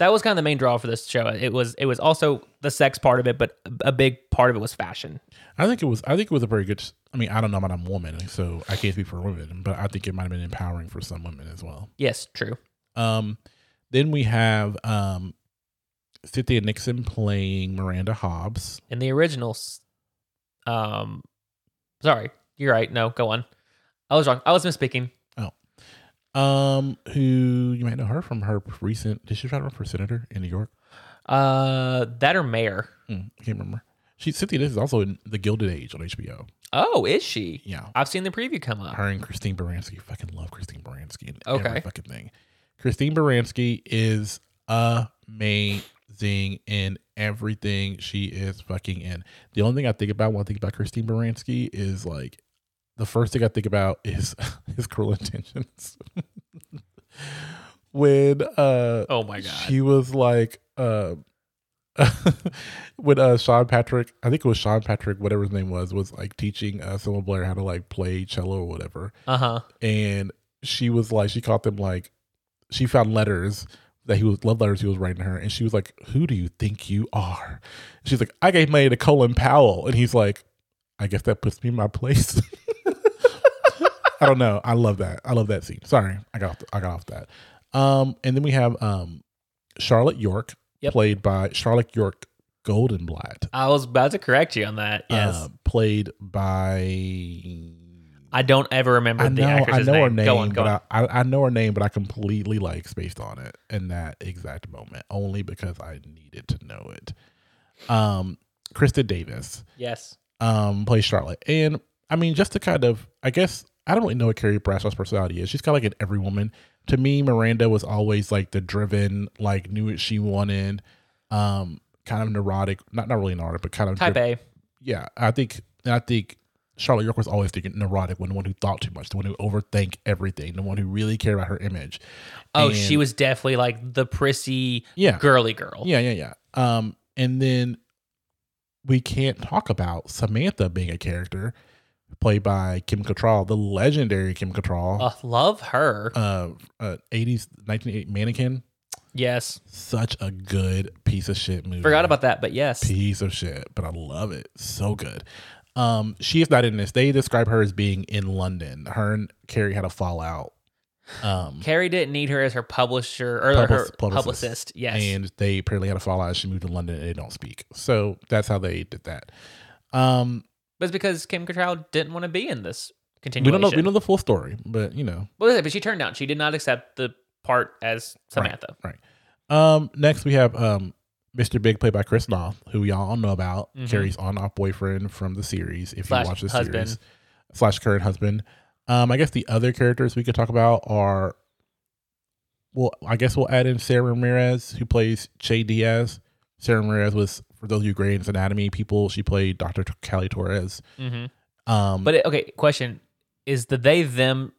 Speaker 2: That was kind of the main draw for this show. It was it was also the sex part of it, but a big part of it was fashion.
Speaker 1: I think it was. I think it was a very good. I mean, I don't know about I'm a woman, so I can't speak for women, but I think it might have been empowering for some women as well.
Speaker 2: Yes, true.
Speaker 1: Um, then we have um, Cynthia Nixon playing Miranda Hobbs.
Speaker 2: In the originals, um, sorry, you're right. No, go on. I was wrong. I was misspeaking.
Speaker 1: Um, who you might know her from her recent? Did she try to run for senator in New York?
Speaker 2: Uh, that or mayor?
Speaker 1: Mm, I can't remember. She Cynthia Nixon is also in The Gilded Age on HBO.
Speaker 2: Oh, is she?
Speaker 1: Yeah,
Speaker 2: I've seen the preview come up.
Speaker 1: her and Christine Baranski. Fucking love Christine Baranski. And
Speaker 2: Okay.
Speaker 1: every fucking thing. Christine Baranski is amazing in everything she is fucking in. The only thing I think about when I think about Christine Baranski is like the first thing I think about is his cruel intentions. when uh
Speaker 2: Oh my god.
Speaker 1: she was like uh when uh Sean Patrick I think it was Sean Patrick whatever his name was was like teaching uh Selma Blair how to like play cello or whatever
Speaker 2: Uh huh.
Speaker 1: and she was like she caught them like she found letters that he was love letters he was writing her and she was like who do you think you are she's like I gave money to Colin Powell and he's like I guess that puts me in my place I don't know I love that I love that scene sorry I got off I got off that um and then we have um Charlotte York
Speaker 2: Yep.
Speaker 1: played by Charlotte York Goldenblatt
Speaker 2: I was about to correct you on that. Yes.
Speaker 1: uh, played by
Speaker 2: I don't ever remember
Speaker 1: I
Speaker 2: the
Speaker 1: know, I
Speaker 2: actress's
Speaker 1: know
Speaker 2: name.
Speaker 1: her name,
Speaker 2: Go on, go
Speaker 1: but
Speaker 2: on.
Speaker 1: I, I, I know her name, but I completely like spaced on it in that exact moment, only because I needed to know it. Um, Krista Davis,
Speaker 2: yes.
Speaker 1: um, plays Charlotte, and I mean, just to kind of, I guess I don't really know what Carrie Bradshaw's personality is. She's kind of like an every woman. To me, Miranda was always like the driven, like knew what she wanted, um, kind of neurotic, not not really neurotic, but kind of
Speaker 2: Type A.
Speaker 1: yeah, I think I think Charlotte York was always the neurotic one, the one who thought too much, the one who overthink everything, the one who really cared about her image.
Speaker 2: Oh,
Speaker 1: And-
Speaker 2: she was definitely like the prissy,
Speaker 1: yeah,
Speaker 2: girly girl.
Speaker 1: yeah, yeah, yeah. Um, and then we can't talk about Samantha being a character played by Kim Cattrall, the legendary Kim Cattrall,
Speaker 2: Uh, love her.
Speaker 1: uh, uh, 80s 1980 mannequin.
Speaker 2: yes.
Speaker 1: Such a good piece of shit movie.
Speaker 2: Forgot about that, but yes.
Speaker 1: piece of shit, but I love it. So good. Um, she is not in this. They describe her as being in London. Her and Carrie had a fallout. Um,
Speaker 2: Carrie didn't need her as her publisher or
Speaker 1: Publis-
Speaker 2: her publicist.
Speaker 1: publicist.
Speaker 2: Yes.
Speaker 1: and they apparently had a fallout. She moved to London and they don't speak. So that's how they did that. Um,
Speaker 2: but it's because Kim Cattrall didn't want to be in this
Speaker 1: we
Speaker 2: continuation.
Speaker 1: don't know. We don't know the full story, but you know.
Speaker 2: Well, that's it, but she turned down. She did not accept the part as Samantha.
Speaker 1: Um, next we have um Mr. Big played by Chris Noth, who y'all all know about.
Speaker 2: Mhm.
Speaker 1: Carrie's on off boyfriend from the series. If
Speaker 2: Slash
Speaker 1: you watch the
Speaker 2: husband.
Speaker 1: series, slash current husband. Um, I guess the other characters we could talk about are. Well, I guess we'll add in Sarah Ramirez, who plays Che Diaz. Sarah Marez was for those of you Grey's Anatomy people. She played Dr. T- Callie Torres.
Speaker 2: Mm-hmm.
Speaker 1: Um,
Speaker 2: But it, okay, question is the they them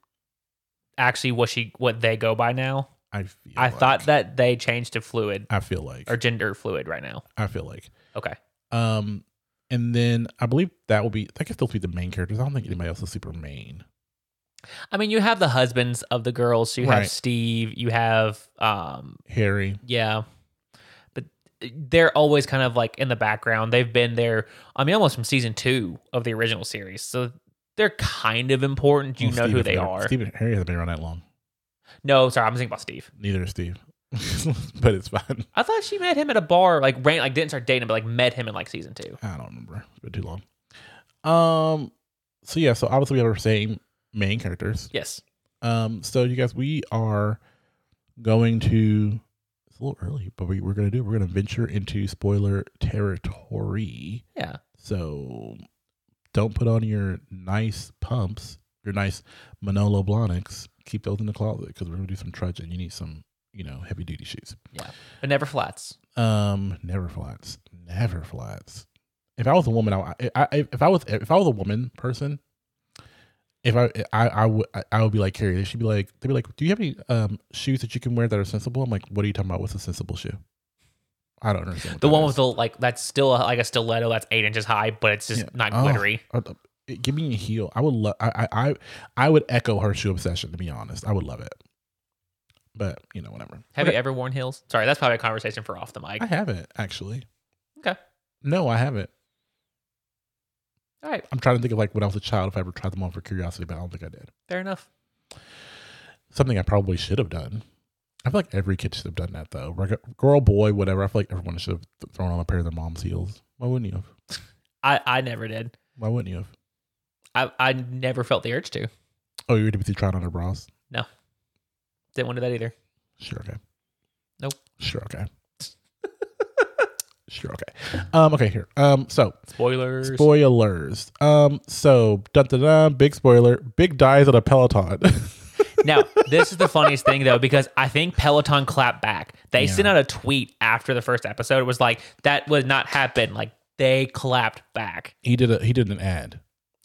Speaker 2: actually what she what they go by now?
Speaker 1: I feel
Speaker 2: I
Speaker 1: like-
Speaker 2: thought that they changed to fluid
Speaker 1: I feel like
Speaker 2: or gender fluid right now.
Speaker 1: I feel like
Speaker 2: Okay,
Speaker 1: um, and then I believe that will be I guess they'll be the main characters. I don't think anybody else is super main.
Speaker 2: I mean you have the husbands of the girls. So you
Speaker 1: Right.
Speaker 2: have Steve. You have um
Speaker 1: Harry,
Speaker 2: yeah, but uh, they're always kind of like in the background. They've been there. I mean almost from season two of the original series. So. They're kind of important. You
Speaker 1: well,
Speaker 2: know
Speaker 1: Steve
Speaker 2: who
Speaker 1: hasn't
Speaker 2: they
Speaker 1: been-
Speaker 2: are.
Speaker 1: Steve and Harry hasn't been around that long.
Speaker 2: No, sorry, I'm thinking about Steve.
Speaker 1: Neither is Steve, but it's fine.
Speaker 2: I thought she met him at a bar, like ran, like didn't start dating, him, but like met him in like season two.
Speaker 1: I don't remember. It's been too long. Um. So yeah. So obviously we have our same main characters.
Speaker 2: Yes.
Speaker 1: Um. So you guys, we are going to. It's a little early, but we, we're going to do. We're going to venture into spoiler territory.
Speaker 2: Yeah.
Speaker 1: So don't put on your nice pumps, your nice Manolo Blahniks. Keep those in the closet because we're going to do some trudging. You need some, you know, heavy duty shoes.
Speaker 2: But never flats.
Speaker 1: Um, never flats, never flats. If I was a woman, I, I I- if I was if I was a woman person, if I I I would I- I would be like Carrie. They should be like they'd be like, do you have any um shoes that you can wear that are sensible? I'm like, what are you talking about? What's a sensible shoe? I don't understand.
Speaker 2: The one with the like that's still a, like a stiletto that's eight inches high, but it's just
Speaker 1: Yeah.
Speaker 2: not
Speaker 1: Oh.
Speaker 2: glittery.
Speaker 1: with the give me a heel. I would love. I, I I I would echo her shoe obsession. To be honest, I would love it. But you know, whatever.
Speaker 2: Have
Speaker 1: But
Speaker 2: you ever worn heels? Sorry, that's probably a conversation for off the mic.
Speaker 1: I haven't actually.
Speaker 2: Okay.
Speaker 1: No, I haven't.
Speaker 2: All right,
Speaker 1: I'm trying to think of like when I was a child if I ever tried them on for curiosity, but I don't think I did.
Speaker 2: fair enough.
Speaker 1: Something I probably should have done. I feel like every kid should have done that though. Reg- Girl, boy, whatever. I feel like everyone should have th- thrown on a pair of their mom's heels. Why wouldn't you have?
Speaker 2: I I never did.
Speaker 1: Why wouldn't you have?
Speaker 2: I I never felt the urge to.
Speaker 1: Oh, you were too busy trying on her bras?
Speaker 2: Didn't want to do that either.
Speaker 1: Sure, okay.
Speaker 2: Nope.
Speaker 1: Sure, okay. sure, okay. Um, okay, here. Um, so
Speaker 2: Spoilers.
Speaker 1: spoilers. Um, so dun dun dun. Big spoiler. Big dies at a Peloton.
Speaker 2: now this is the funniest thing though because I think Peloton clapped back. They
Speaker 1: Yeah.
Speaker 2: sent out a tweet after the first episode. It was like that would not happen. Like they clapped back.
Speaker 1: he did a he did an ad.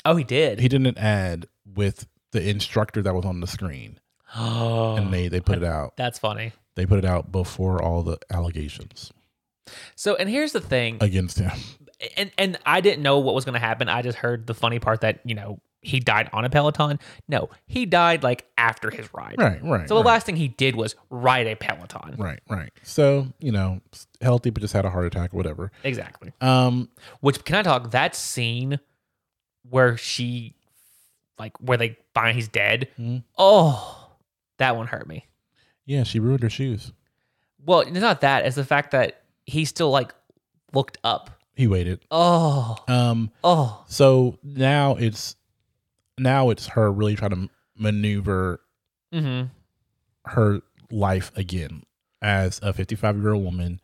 Speaker 2: Oh, he did.
Speaker 1: he did an ad with the instructor that was on the screen
Speaker 2: Oh,
Speaker 1: and they they put it out
Speaker 2: that's funny.
Speaker 1: they put it out before all the allegations
Speaker 2: So, and here's the thing,
Speaker 1: against him
Speaker 2: and and I didn't know what was going to happen. I just heard the funny part that you know he died on a peloton. No, he died like after his ride.
Speaker 1: right right
Speaker 2: So the
Speaker 1: right,
Speaker 2: last thing he did was ride a peloton.
Speaker 1: right right so you know s- healthy but just had a heart attack or whatever
Speaker 2: Exactly.
Speaker 1: um
Speaker 2: Which can I talk that scene where she like where they find he's dead?
Speaker 1: Mhm.
Speaker 2: Oh, that one hurt me.
Speaker 1: yeah she ruined her shoes
Speaker 2: Well, it's not that. It's the fact that he still like looked up.
Speaker 1: he waited
Speaker 2: Oh,
Speaker 1: um
Speaker 2: oh,
Speaker 1: so now it's now it's her really trying to maneuver
Speaker 2: mm-hmm.
Speaker 1: her life again as a 55 year old woman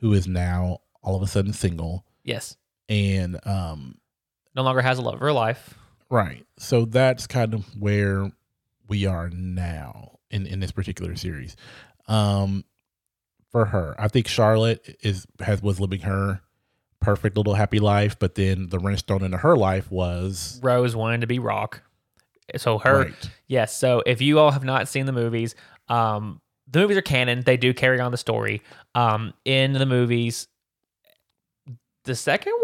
Speaker 1: who is now all of a sudden single
Speaker 2: yes.
Speaker 1: and um
Speaker 2: no longer has a love of her life.
Speaker 1: Right. So that's kind of where we are now in, in this particular series. Um for her. I think Charlotte is has was living her perfect little happy life, but then the wrench thrown into her life was
Speaker 2: Rose wanted to be rock. So her
Speaker 1: right.
Speaker 2: yes, so if you all have not seen the movies, um the movies are canon. They do carry on the story. Um in the movies the second one,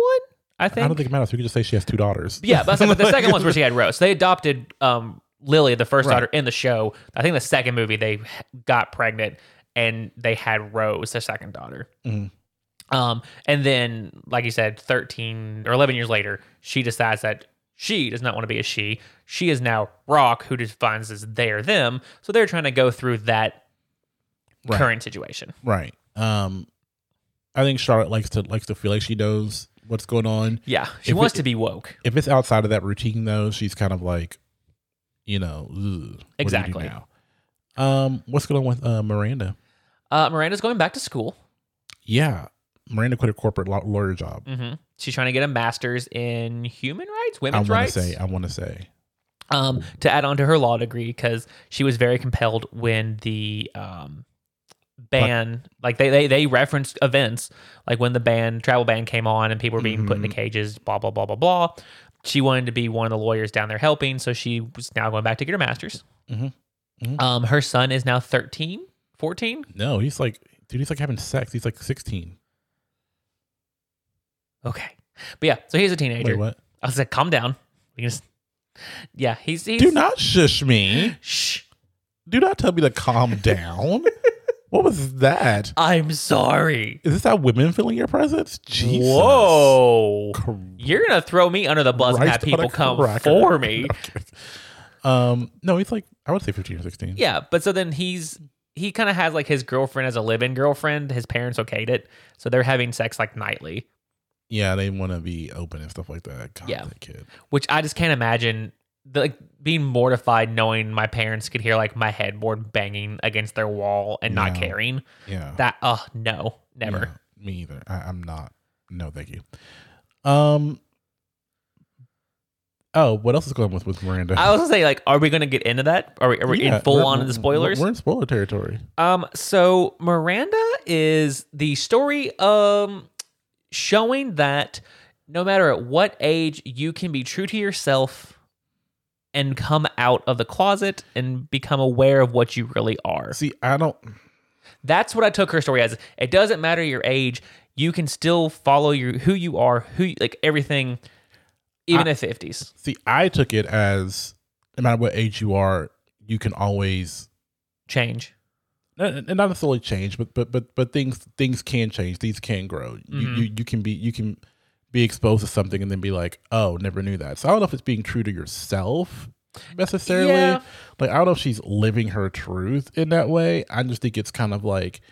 Speaker 2: I
Speaker 1: I
Speaker 2: think.
Speaker 1: don't think it matters. We could just say she has two daughters.
Speaker 2: yeah, but, I said- but the second one's where she had Rose. They adopted um Lily, the first
Speaker 1: Right.
Speaker 2: daughter in the show. I think the second movie they got pregnant and they had Rose, their second daughter.
Speaker 1: Mhm.
Speaker 2: Um, and then, like you said, 13 or 11 years later, she decides that she does not want to be a she. She is now Rock, who defines as they or them. So they're trying to go through that
Speaker 1: Right.
Speaker 2: current situation.
Speaker 1: Right. Um I think Charlotte likes to likes to feel like she knows what's going on.
Speaker 2: Yeah. She
Speaker 1: If
Speaker 2: wants
Speaker 1: it-
Speaker 2: to be woke.
Speaker 1: If it's outside of that routine though, she's kind of like, you know, "Ugh, what do we do
Speaker 2: Exactly.
Speaker 1: now?" Um, what's going on with uh, Miranda?
Speaker 2: Uh, Miranda's going back to school.
Speaker 1: Yeah. Miranda quit her corporate law- lawyer job.
Speaker 2: hmm She's trying to get a master's in human rights,
Speaker 1: I want
Speaker 2: women's
Speaker 1: to
Speaker 2: rights,
Speaker 1: say, uh, I want to say.
Speaker 2: um, to add on to her law degree because she was very compelled when the um, ban like they they they referenced events like when the ban travel ban came on and people were being put into
Speaker 1: Mm-hmm.
Speaker 2: cages blah blah blah blah blah she wanted to be one of the lawyers down there helping so she was now going back to get her master's
Speaker 1: Mhm. Mhm.
Speaker 2: um her son is now 13 14
Speaker 1: No, he's like, dude, he's like having sex. He's like 16.
Speaker 2: okay but yeah so he's a teenager
Speaker 1: Wait, what?
Speaker 2: i was like calm down we can just yeah he's he's
Speaker 1: Do not shush me.
Speaker 2: shh
Speaker 1: Do not tell me to calm down. what was that?
Speaker 2: i'm sorry
Speaker 1: Is this how women feel in your presence? Jesus.
Speaker 2: whoa
Speaker 1: Christ
Speaker 2: you're gonna throw me under the bus and have
Speaker 1: on a
Speaker 2: people come
Speaker 1: cracker.
Speaker 2: for me
Speaker 1: um, no, he's like, I would say 15 or 16.
Speaker 2: Yeah, but so then he's he kind of has like his girlfriend as a live-in girlfriend. His parents okayed it, so they're having sex like nightly,
Speaker 1: Yeah, they want to be open and stuff like that. God,
Speaker 2: Yeah.
Speaker 1: that kid.
Speaker 2: which I just can't imagine. The, like being mortified knowing my parents could hear like my headboard banging against their wall and not
Speaker 1: No.
Speaker 2: caring.
Speaker 1: Yeah.
Speaker 2: That oh no, never.
Speaker 1: Yeah, me either. I, I'm not. No, thank you. Um. Oh, what else is going on with with Miranda?
Speaker 2: I was gonna say like, are we gonna get into that? Are we, are we
Speaker 1: Yeah,
Speaker 2: in full
Speaker 1: we're-
Speaker 2: on in the spoilers?
Speaker 1: We're in spoiler territory.
Speaker 2: Um, so Miranda is the story um showing that no matter at what age you can be true to yourself and come out of the closet and become aware of what you really are.
Speaker 1: See, I don't.
Speaker 2: That's what I took her story as. It doesn't matter your age, you can still follow your who you are, who you- like everything even at 50s.
Speaker 1: See, I took it as no matter what age you are, you can always
Speaker 2: Change.
Speaker 1: and and not necessarily change, but but but but things things can change. These can grow. You,
Speaker 2: Mhm.
Speaker 1: you you can be you can be exposed to something and then be like, oh, never knew that. So I don't know if it's being true to yourself necessarily.
Speaker 2: Yeah.
Speaker 1: Like I don't know if she's living her truth in that way. I just think it's kind of like,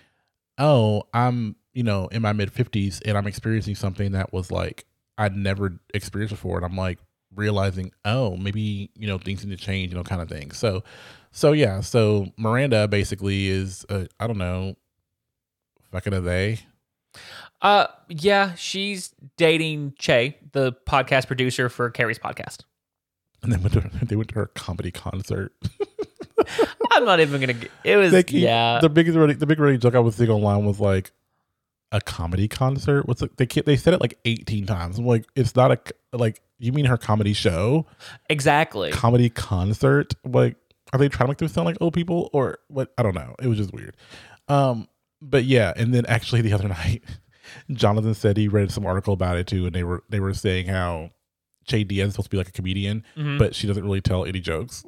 Speaker 1: oh, I'm you know in my mid fifties and I'm experiencing something that was like I'd never experienced before, and I'm like realizing, oh, maybe you know things need to change, you know, kind of thing. So, so yeah, so Miranda basically is, uh, I don't know, fucking a they.
Speaker 2: Uh yeah, she's dating Che, the podcast producer for Carrie's podcast.
Speaker 1: And they went to they went to her comedy concert.
Speaker 2: I'm not even gonna. Get, it was
Speaker 1: They keep-
Speaker 2: yeah.
Speaker 1: The biggest running, the big running joke I was seeing online was like a comedy concert. What's it? they kept- they said it like eighteen times. I'm like, it's not a c- like you mean her comedy show,
Speaker 2: exactly.
Speaker 1: comedy concert. Like, are they trying to make them sound like old people or what? I don't know. It was just weird. Um, but yeah, and then actually the other night, Jonathan said he read some article about it too, and they were they were saying how. Che Diaz is supposed to be like a comedian,
Speaker 2: Mhm.
Speaker 1: but she doesn't really tell any jokes.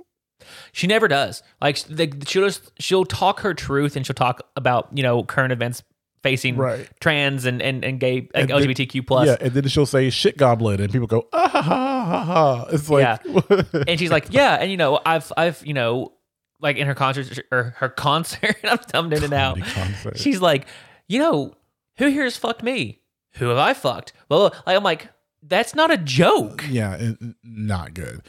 Speaker 2: She never does. Like the, she'll just she'll talk her truth and she'll talk about you know current events facing
Speaker 1: Right.
Speaker 2: trans and and and gay like
Speaker 1: And the-
Speaker 2: LGBTQ plus.
Speaker 1: Yeah, and then she'll say shit goblin, and people go ah ha ha ha ha. It's like
Speaker 2: And she's like, yeah, and you know I've I've you know like in her concert or her concert. I'm dumbed in and out.
Speaker 1: Comedy concert.
Speaker 2: She's like, you know, who here has fucked me? Who have I fucked? Well, like, I'm like, that's not a joke.
Speaker 1: yeah, it- not good.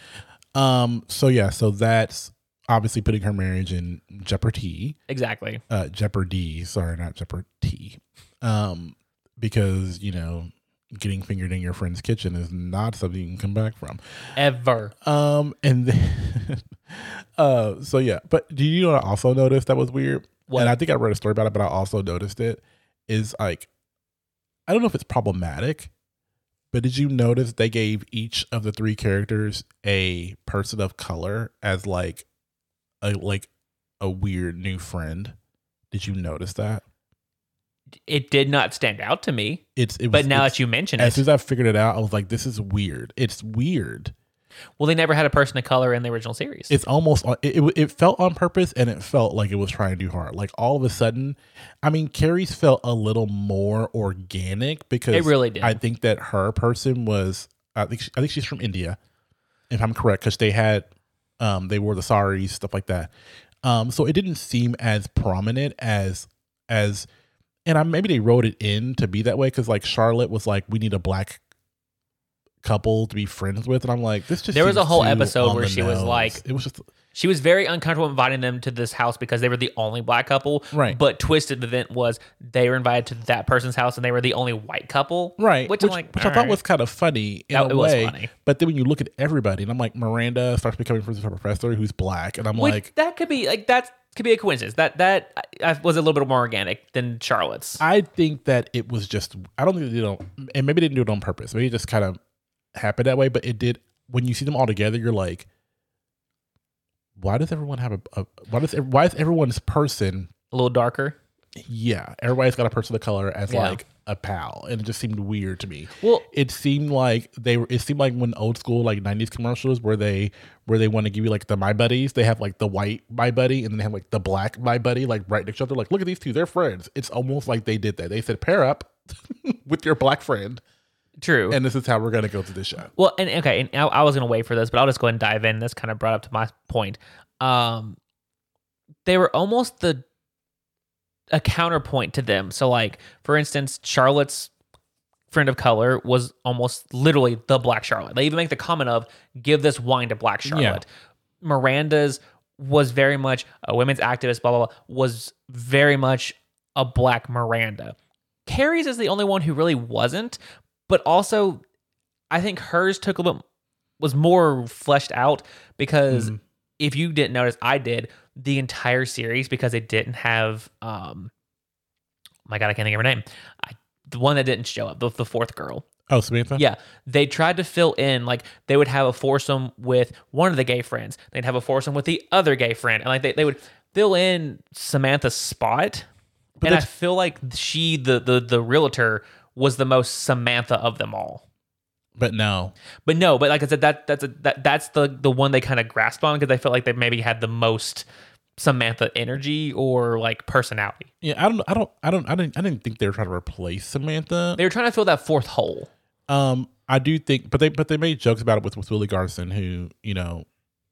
Speaker 1: Um, so yeah, so that's obviously putting her marriage in jeopardy.
Speaker 2: Exactly.
Speaker 1: Uh, jeopardy. Sorry, not jeopardy. Um, because you know, getting fingered in your friend's kitchen is not something you can come back from.
Speaker 2: Ever.
Speaker 1: Um, and then, uh, so yeah, but do you know what I also noticed that was weird?
Speaker 2: What?
Speaker 1: And I think I read a story about it, but I also noticed it is like, I don't know if it's problematic, but did you notice they gave each of the three characters a person of color as like a like a weird new friend? Did you notice that?
Speaker 2: It did not stand out to me.
Speaker 1: It's it was,
Speaker 2: But now
Speaker 1: it's,
Speaker 2: that you mention
Speaker 1: as
Speaker 2: it,
Speaker 1: soon as I figured it out, I was like, this is weird. It's weird.
Speaker 2: well, they never had a person of color in the original series.
Speaker 1: it's almost uh, it, it, it felt on purpose and it felt like it was trying too hard like all of a sudden i mean carrie's felt a little more organic because
Speaker 2: It really did.
Speaker 1: i think that her person was i think she, i think she's from india if i'm correct because they had um they wore the saris stuff like that um so it didn't seem as prominent as as and I, maybe they wrote it in to be that way because like charlotte was like we need a black couple to be friends with and i'm like this just
Speaker 2: There was a
Speaker 1: seems
Speaker 2: whole
Speaker 1: too
Speaker 2: episode
Speaker 1: on
Speaker 2: where
Speaker 1: the
Speaker 2: she was
Speaker 1: nose.
Speaker 2: like-
Speaker 1: it was just
Speaker 2: she was very uncomfortable inviting them to this house because they were the only black couple.
Speaker 1: Right.
Speaker 2: But twisted event was they were invited to that person's house and they were the only white couple.
Speaker 1: right
Speaker 2: Which,
Speaker 1: which,
Speaker 2: I'm like,
Speaker 1: which i thought
Speaker 2: alright.
Speaker 1: was kind of funny in
Speaker 2: That-
Speaker 1: a
Speaker 2: it was
Speaker 1: way
Speaker 2: funny.
Speaker 1: but then when you look at everybody and i'm like miranda starts becoming friends with her professor who's black and i'm
Speaker 2: Which,
Speaker 1: like
Speaker 2: that could be like that's could be a coincidence. That that I, I was a little bit more organic than Charlotte's.
Speaker 1: I think that it was just I don't think they don't and maybe they didn't do it on purpose. Maybe it just kind of happened that way, but it did when you see them all together, you're like, why does everyone have a, a why does ev- why is everyone's person
Speaker 2: a little darker.
Speaker 1: yeah, everybody's got a person of color as
Speaker 2: Yeah.
Speaker 1: like a pal. And it just seemed weird to me.
Speaker 2: Well,
Speaker 1: it seemed like they were it seemed like when old school like 90s commercials where they where they want to give you like the my buddies they have like the white my buddy and then they have like the black my buddy like right next to each other like look at these two they're friends it's almost like they did that they said pair up with your black friend
Speaker 2: true.
Speaker 1: and this is how we're gonna go to the show
Speaker 2: Well, and okay, and I, I was gonna wait for this, but I'll just go ahead and dive in. This kind of brought up to my point. Um, they were almost the a counterpoint to them. So, like for instance, Charlotte's friend of color was almost literally the Black Charlotte. They even make the comment of "give this wine to Black Charlotte." Miranda's was very much a women's activist. Blah blah blah was very much a Black Miranda. Carrie's is the only one who really wasn't, but also I think hers took a little was more fleshed out because
Speaker 1: Mhm.
Speaker 2: if you didn't notice, I did the entire series because it didn't have um oh my god, I can't think of her name. I the one that didn't show up, the, the fourth girl.
Speaker 1: oh samantha
Speaker 2: Yeah. They tried to fill in, like, they would have a foursome with one of the gay friends. They'd have a foursome with the other gay friend. And, like, they, they would fill in Samantha's spot.
Speaker 1: But
Speaker 2: and I
Speaker 1: that's-
Speaker 2: feel like she, the, the, the realtor, was the most Samantha of them all.
Speaker 1: but no
Speaker 2: But no, but like I said, that that's a, that that's the the one they kind of grasped on because they felt like they maybe had the most Samantha energy or like personality.
Speaker 1: yeah i don't i don't i don't i didn't i didn't think they were trying to replace samantha
Speaker 2: They were trying to fill that fourth hole.
Speaker 1: um i do think but they but they made jokes about it with with willie garson who you know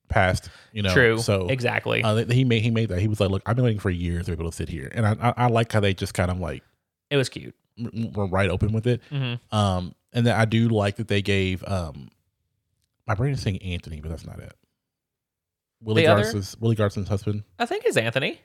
Speaker 1: passed you know
Speaker 2: True.
Speaker 1: so
Speaker 2: exactly.
Speaker 1: Uh, he made he made that. He was like, "Look, I've been waiting for years to be able to sit here," and I I, I like how they just kind of like
Speaker 2: it was cute.
Speaker 1: r- were right open with it.
Speaker 2: hmm
Speaker 1: Um, and then I do like that they gave um, my brain is saying Anthony, but that's not it. Willie
Speaker 2: The other-
Speaker 1: Garson's Willie Garson's husband.
Speaker 2: I think it's Anthony.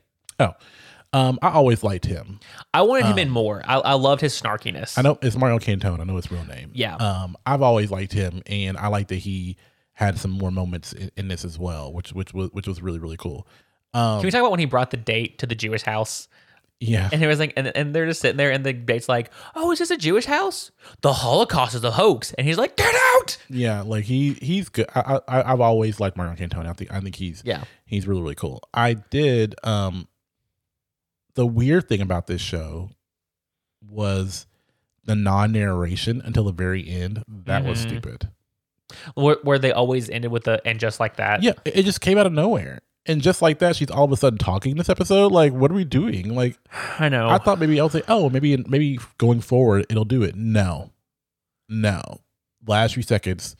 Speaker 1: Um, I always liked him.
Speaker 2: I wanted him
Speaker 1: Um,
Speaker 2: in more. I, I loved his snarkiness.
Speaker 1: I know it's Mario Cantone. I know his real name.
Speaker 2: Yeah.
Speaker 1: Um, I've always liked him, and I like that he had some more moments in, in this as well, which which was which was really really cool. Um,
Speaker 2: Can we talk about when he brought the date to the Jewish house?
Speaker 1: yeah.
Speaker 2: And it was like, and, and they're just sitting there, and the date's like, "Oh, is this a Jewish house? The Holocaust is a hoax." And he's like, "Get out!"
Speaker 1: Yeah, like he he's good. I, I I've always liked Mario Cantone. I think I think he's
Speaker 2: Yeah.
Speaker 1: he's really really cool. I did um the weird thing about this show was the non-narration until the very end. That was
Speaker 2: Mhm.
Speaker 1: stupid.
Speaker 2: Where, where they always ended with the and just like that.
Speaker 1: Yeah, it, it just came out of nowhere. And just like that, she's all of a sudden talking this episode. Like, what are we doing? Like,
Speaker 2: I know.
Speaker 1: I thought maybe I was like, oh, maybe maybe going forward it'll do it. No, no. Last few seconds,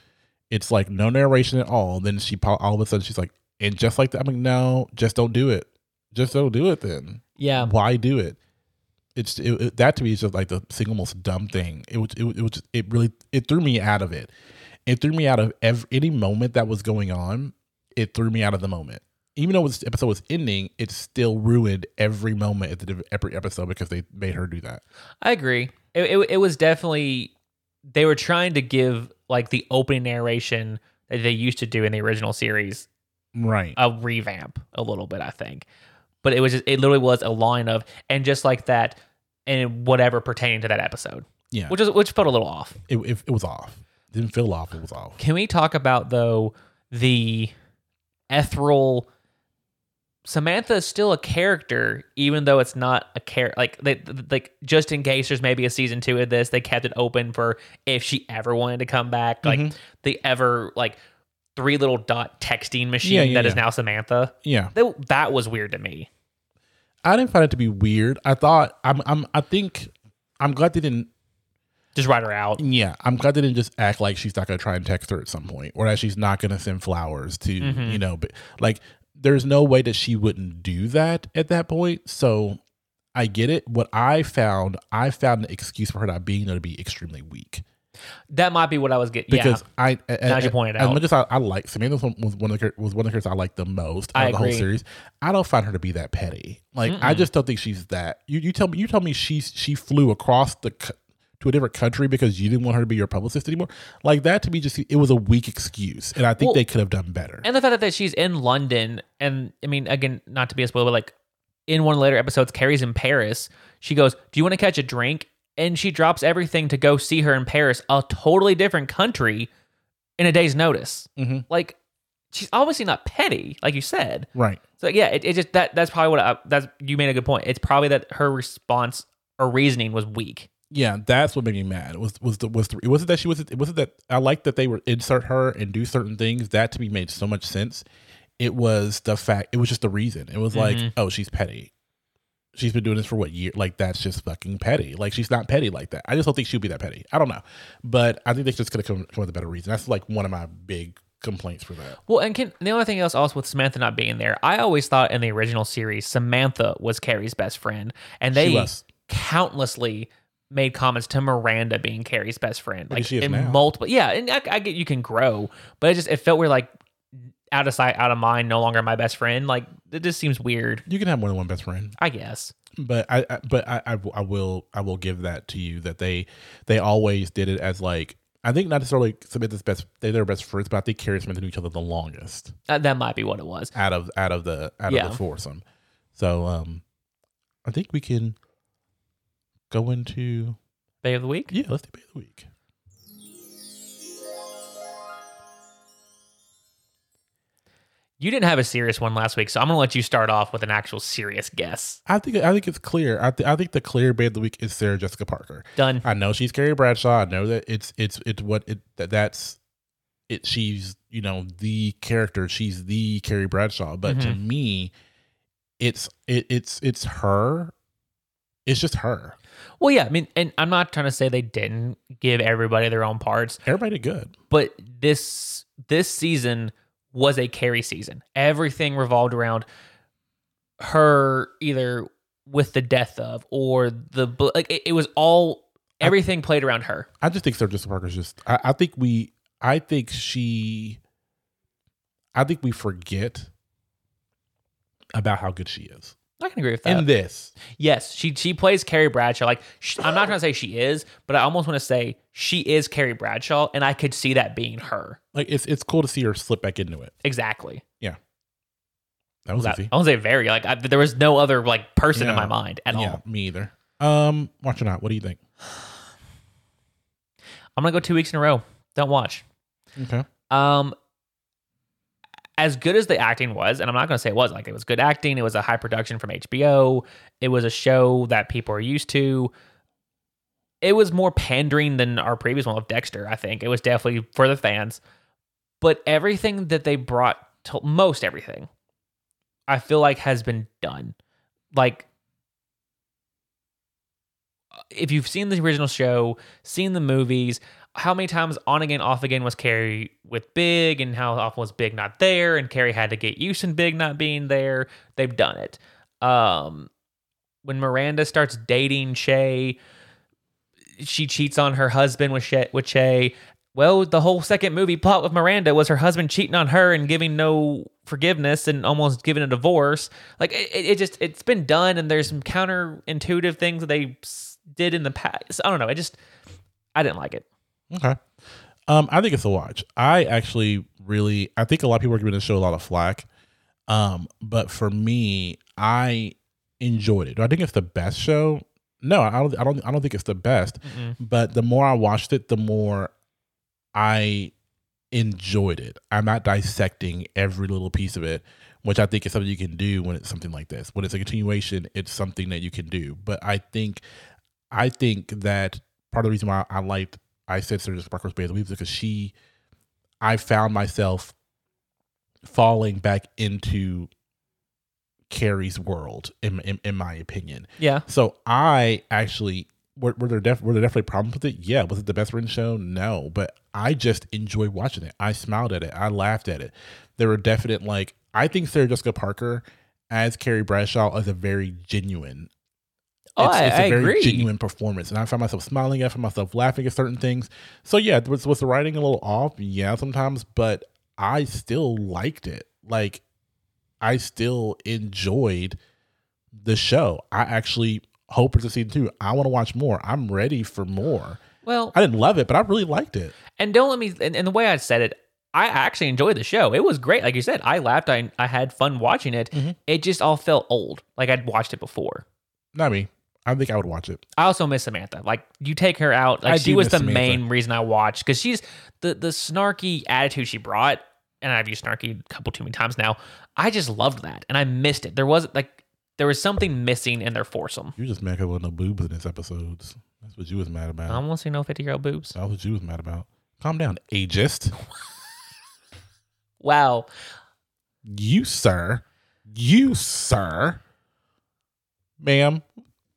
Speaker 1: it's like no narration at all. Then she po- all of a sudden she's like, and just like that, I'm like, no, just don't do it. Just don't do it. Then
Speaker 2: yeah.
Speaker 1: why do it? It's it, it- that to me is just like the single most dumb thing. It was it, was- it was just- it really it threw me out of it. It threw me out of ev- any moment that was going on. It threw me out of the moment. Even though this episode was ending, it still ruined every moment at the div- every episode because they made her do that.
Speaker 2: I agree. It, it, it was definitely they were trying to give like the opening narration that they used to do in the original series
Speaker 1: Right.
Speaker 2: a revamp a little bit, I think. But it was just, it literally was a line of and just like that and whatever pertaining to that episode,
Speaker 1: yeah.
Speaker 2: which is which felt a little off.
Speaker 1: It, it, it was off. Didn't feel off. It was off.
Speaker 2: Can we talk about though the ethereal Samantha is still a character, even though it's not a character. Like, they, th- like just in case there's maybe a season two of this, they kept it open for if she ever wanted to come back. Like
Speaker 1: Mhm.
Speaker 2: the ever like three little dot texting machine
Speaker 1: Yeah, yeah,
Speaker 2: that is
Speaker 1: yeah.
Speaker 2: now Samantha.
Speaker 1: Yeah.
Speaker 2: That, that was weird to me.
Speaker 1: I didn't find it to be weird. I thought I'm I'm I think I'm glad they didn't
Speaker 2: Just write her out.
Speaker 1: Yeah, I'm glad they didn't just act like she's not going to try and text her at some point, or that she's not going to send flowers to
Speaker 2: Mhm.
Speaker 1: you know. But like, there's no way that she wouldn't do that at that point. So I get it. What I found, I found an excuse for her not being there to be extremely weak
Speaker 2: That might be what I was getting.
Speaker 1: because
Speaker 2: yeah,
Speaker 1: I a- a-
Speaker 2: as you pointed
Speaker 1: as
Speaker 2: out.
Speaker 1: much as I, I like Samantha was one- was one of the char- was one of the characters I liked the most out
Speaker 2: I
Speaker 1: of the whole
Speaker 2: agree.
Speaker 1: series. I don't find her to be that petty. Like I
Speaker 2: Mm-mm.
Speaker 1: just don't think she's that. You you tell me you tell me she's she flew across the c- to a different country because you didn't want her to be your publicist anymore. Like that to me, just it was a weak excuse, and I think
Speaker 2: Well,
Speaker 1: they could have done better.
Speaker 2: And the fact that she's in London, and I mean, again, not to be a spoiler, but like in one of the later episodes, Carrie's in Paris. She goes, Do you want to catch a drink? And she drops everything to go see her in Paris, a totally different country, in a day's notice.
Speaker 1: Mhm.
Speaker 2: Like, she's obviously not petty, like you said.
Speaker 1: right?
Speaker 2: So yeah, it, it just that that's probably what I, that's you made a good point. It's probably that her response or reasoning was weak.
Speaker 1: Yeah, that's what made me mad. Was was the was the, it wasn't that she was it wasn't that I liked that they were insert her and do certain things that to me made so much sense. It was the fact. It was just the reason. It was like,
Speaker 2: Mhm.
Speaker 1: oh, she's petty. She's been doing this for what year? Like that's just fucking petty. Like she's not petty like that. I just don't think she'd be that petty. I don't know, but I think they just could have come, come up with a better reason. That's like one of my big complaints for that.
Speaker 2: Well, and can, the other thing else also with Samantha not being there, I always thought in the original series Samantha was Carrie's best friend, and
Speaker 1: She
Speaker 2: they
Speaker 1: was.
Speaker 2: countlessly made comments to Miranda being Carrie's best friend, like
Speaker 1: Because she is
Speaker 2: in
Speaker 1: now.
Speaker 2: multiple. Yeah, and I, I get you can grow, but it just it felt weird, like out of sight, out of mind, no longer my best friend. Like it just seems weird.
Speaker 1: You can have more than one best friend.
Speaker 2: I guess.
Speaker 1: but I, I but I, I I will I will give that to you that they they always did it as like I think not necessarily Samantha's best they their best friends, but I think Carrie and Samantha knew each other the longest
Speaker 2: Uh, That might be what it was.
Speaker 1: out of out of the out
Speaker 2: Yeah.
Speaker 1: of the foursome. So um, I think we can go into
Speaker 2: Day of the week.
Speaker 1: yeah. Let's do Bay of the week.
Speaker 2: You didn't have a serious one last week, so I'm gonna let you start off with an actual serious guess.
Speaker 1: I think I think it's clear. I, th- I think the clear Bay of the week is Sarah Jessica Parker.
Speaker 2: Done.
Speaker 1: I know she's Carrie Bradshaw. I know that it's it's it's what it that, that's it. She's you know the character. She's the Carrie Bradshaw. But
Speaker 2: Mm-hmm.
Speaker 1: to me, it's it, it's it's her. It's just her.
Speaker 2: Well, yeah, I mean, and I'm not trying to say they didn't give everybody their own parts,
Speaker 1: Everybody did good.
Speaker 2: but this this season was a carry season. Everything revolved around her either with the death of or the bl- like. It, it was all everything played around her.
Speaker 1: I just think Sarah Jessica Parker's just. I, I think we. I think she. I think we forget about how good she is
Speaker 2: I can agree with that.
Speaker 1: in this.
Speaker 2: Yes, she she plays Carrie Bradshaw. Like sh I'm not trying to say she is, but I almost want to say she is Carrie Bradshaw, and I could see that being her.
Speaker 1: Like it's it's cool to see her slip back into it.
Speaker 2: Exactly.
Speaker 1: That was
Speaker 2: That-
Speaker 1: easy.
Speaker 2: I won't say very. Like I, there was no other like person in
Speaker 1: Yeah.
Speaker 2: my mind at
Speaker 1: yeah,
Speaker 2: all.
Speaker 1: me either. Um, watch or not? What do you think?
Speaker 2: I'm gonna go two weeks in a row. Don't watch.
Speaker 1: Okay.
Speaker 2: Um, as good as the acting was, and I'm not gonna say it was like it was good acting. It was a high production from HBO. It was a show that people are used to. It was more pandering than our previous one of Dexter. I think it was definitely for the fans, but everything that they brought to most everything, I feel like has been done. Like uh, if you've seen the original show, seen the movies, how many times on again, off again was Carrie with Big, and how often was Big not there, and Carrie had to get used to Big not being there. They've done it. Um, when Miranda starts dating Shay, she cheats on her husband with Shay. With Shay. Well, the whole second movie plot with Miranda was her husband cheating on her and giving no forgiveness and almost giving a divorce. Like it, it it just it's been done, and there's some counterintuitive things that they s- did in the past. I don't know. I just I didn't like it.
Speaker 1: Okay. Um, I think it's a watch. I actually really I think a lot of people are giving the show a lot of flack. Um, but for me, I enjoyed it. Do I think it's the best show? No, I don't I don't I don't think it's the best.
Speaker 2: Mm-mm.
Speaker 1: But the more I watched it, the more I enjoyed it. I'm not dissecting every little piece of it, which I think is something you can do when it's something like this. When it's a continuation, it's something that you can do. But I think I think that part of the reason why I liked I said Sarah Jessica Parker's Bay of the Week is because she I found myself falling back into Carrie's world in in, in my opinion.
Speaker 2: Yeah.
Speaker 1: So I actually were, were there def, were there definitely problems with it? Yeah. Was it the best written show? No. But I just enjoyed watching it. I smiled at it. I laughed at it. There were definite like I think Sarah Jessica Parker as Carrie Bradshaw is a very genuine.
Speaker 2: Oh,
Speaker 1: it's,
Speaker 2: I-
Speaker 1: it's a
Speaker 2: I
Speaker 1: very
Speaker 2: agree.
Speaker 1: genuine performance, and I found myself smiling. I found myself laughing at certain things. So yeah, was was the writing a little off? Yeah, sometimes, but I still liked it. Like I still enjoyed the show. I actually hope for season two. I want to watch more. I'm ready for more.
Speaker 2: Well,
Speaker 1: I didn't love it, but I really liked it.
Speaker 2: and don't let me. And, and the way I said it, I actually enjoyed the show. It was great. Like you said, I laughed. I I had fun watching it.
Speaker 1: Mhm.
Speaker 2: It just all felt old. Like I'd watched it before.
Speaker 1: Not me. I think I would watch it.
Speaker 2: I also miss Samantha. Like you take her out. Like
Speaker 1: I
Speaker 2: she
Speaker 1: do
Speaker 2: was
Speaker 1: miss
Speaker 2: the
Speaker 1: Samantha.
Speaker 2: main reason I watched because she's the the snarky attitude she brought. And I've used snarky a couple too many times now. I just loved that, and I missed it. There was like there was something missing in their foursome.
Speaker 1: You just mad because there was no boobs in this episodes. That's what you was mad about.
Speaker 2: I don't want to see no fifty year old boobs.
Speaker 1: That's what you was mad about. Calm down, ageist.
Speaker 2: Wow.
Speaker 1: You sir, you sir, ma'am.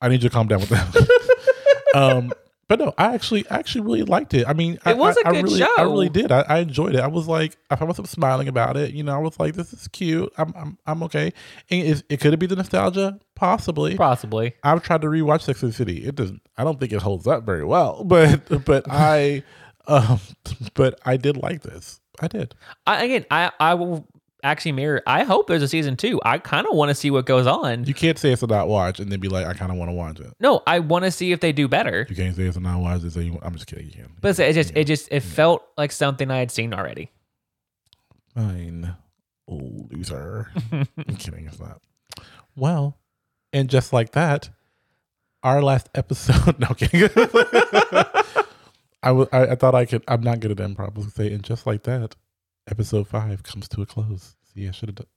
Speaker 1: I need you to calm down with that. um, but no, I actually, I actually really liked it. I mean, I,
Speaker 2: It was
Speaker 1: I-
Speaker 2: a
Speaker 1: I
Speaker 2: good
Speaker 1: really,
Speaker 2: show.
Speaker 1: I really did. I, I enjoyed it. I was like, I found myself smiling about it. You know, I was like, this is cute. I'm, I'm, I'm okay. And it, it could be the nostalgia, possibly.
Speaker 2: Possibly.
Speaker 1: I've tried to rewatch Sex and the City. It doesn't. I don't think it holds up very well. But but I, um, but I did like this. I did.
Speaker 2: I, again, I I will actually mirror. I hope there's a season two. I kind of want to see what goes on.
Speaker 1: You can't say it's a not watch and then be like, I kind of want to watch it.
Speaker 2: no, I want to see if they do better.
Speaker 1: You can't say it's a not watch and say you, I'm just kidding. You can.
Speaker 2: But it just it just it felt like something I had seen already.
Speaker 1: fine, Oh, loser. I'm kidding. It's not. Well, and just like that, our last episode. No I'm kidding. I, w- I I thought I could. I'm not good at improv. I was gonna say, and just like that, episode five comes to a close. See, I should have done.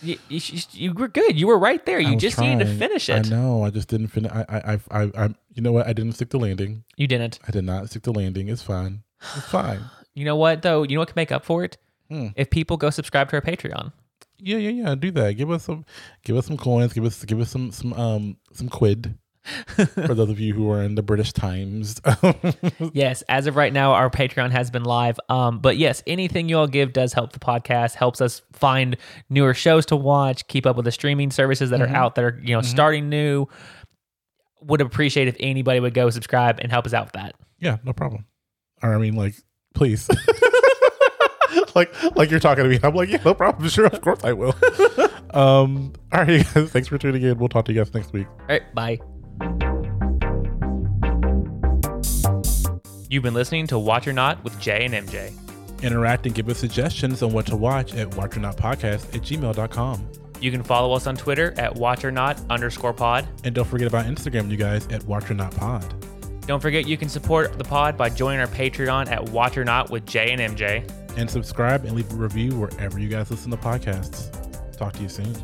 Speaker 2: You, you, sh- you were good. You were right there.
Speaker 1: I
Speaker 2: You
Speaker 1: was
Speaker 2: just needed to
Speaker 1: trying.
Speaker 2: finish
Speaker 1: I
Speaker 2: it.
Speaker 1: know. I just didn't finish. I, I, I, I, I, you know what? I didn't stick the landing.
Speaker 2: You didn't.
Speaker 1: I did not stick the landing. It's fine. It's fine.
Speaker 2: You know what though? You know what can make up for it?
Speaker 1: Hmm.
Speaker 2: If people go subscribe to our Patreon.
Speaker 1: Yeah, yeah, yeah. Do that. Give us some, give us some coins. Give us, give us some, some, um, some quid. For those of you who are in the British Times,
Speaker 2: Yes, as of right now, our Patreon has been live. Um, but yes, anything you all give does help the podcast, helps us find newer shows to watch, keep up with the streaming services that are out that are you know starting new. Would appreciate if anybody would go subscribe and help us out with that.
Speaker 1: yeah, no problem. Or I mean, like, please, like, like you're talking to me. I'm like, yeah, no problem. Sure, of course I will. um, all right, you guys. Thanks for tuning in. We'll talk to you guys next week.
Speaker 2: All right, bye. You've been listening to Watch or Not with Jay and MJ.
Speaker 1: Interact and give us suggestions on what to watch at watchernotpodcast at gmail.com.
Speaker 2: You can follow us on Twitter at Watch or Not underscore pod.
Speaker 1: And don't forget about Instagram, you guys, at watchernotpod.
Speaker 2: Don't forget you can support the pod by joining our Patreon at Watch or Not with Jay and MJ.
Speaker 1: And subscribe and leave a review wherever you guys listen to podcasts. Talk to you soon.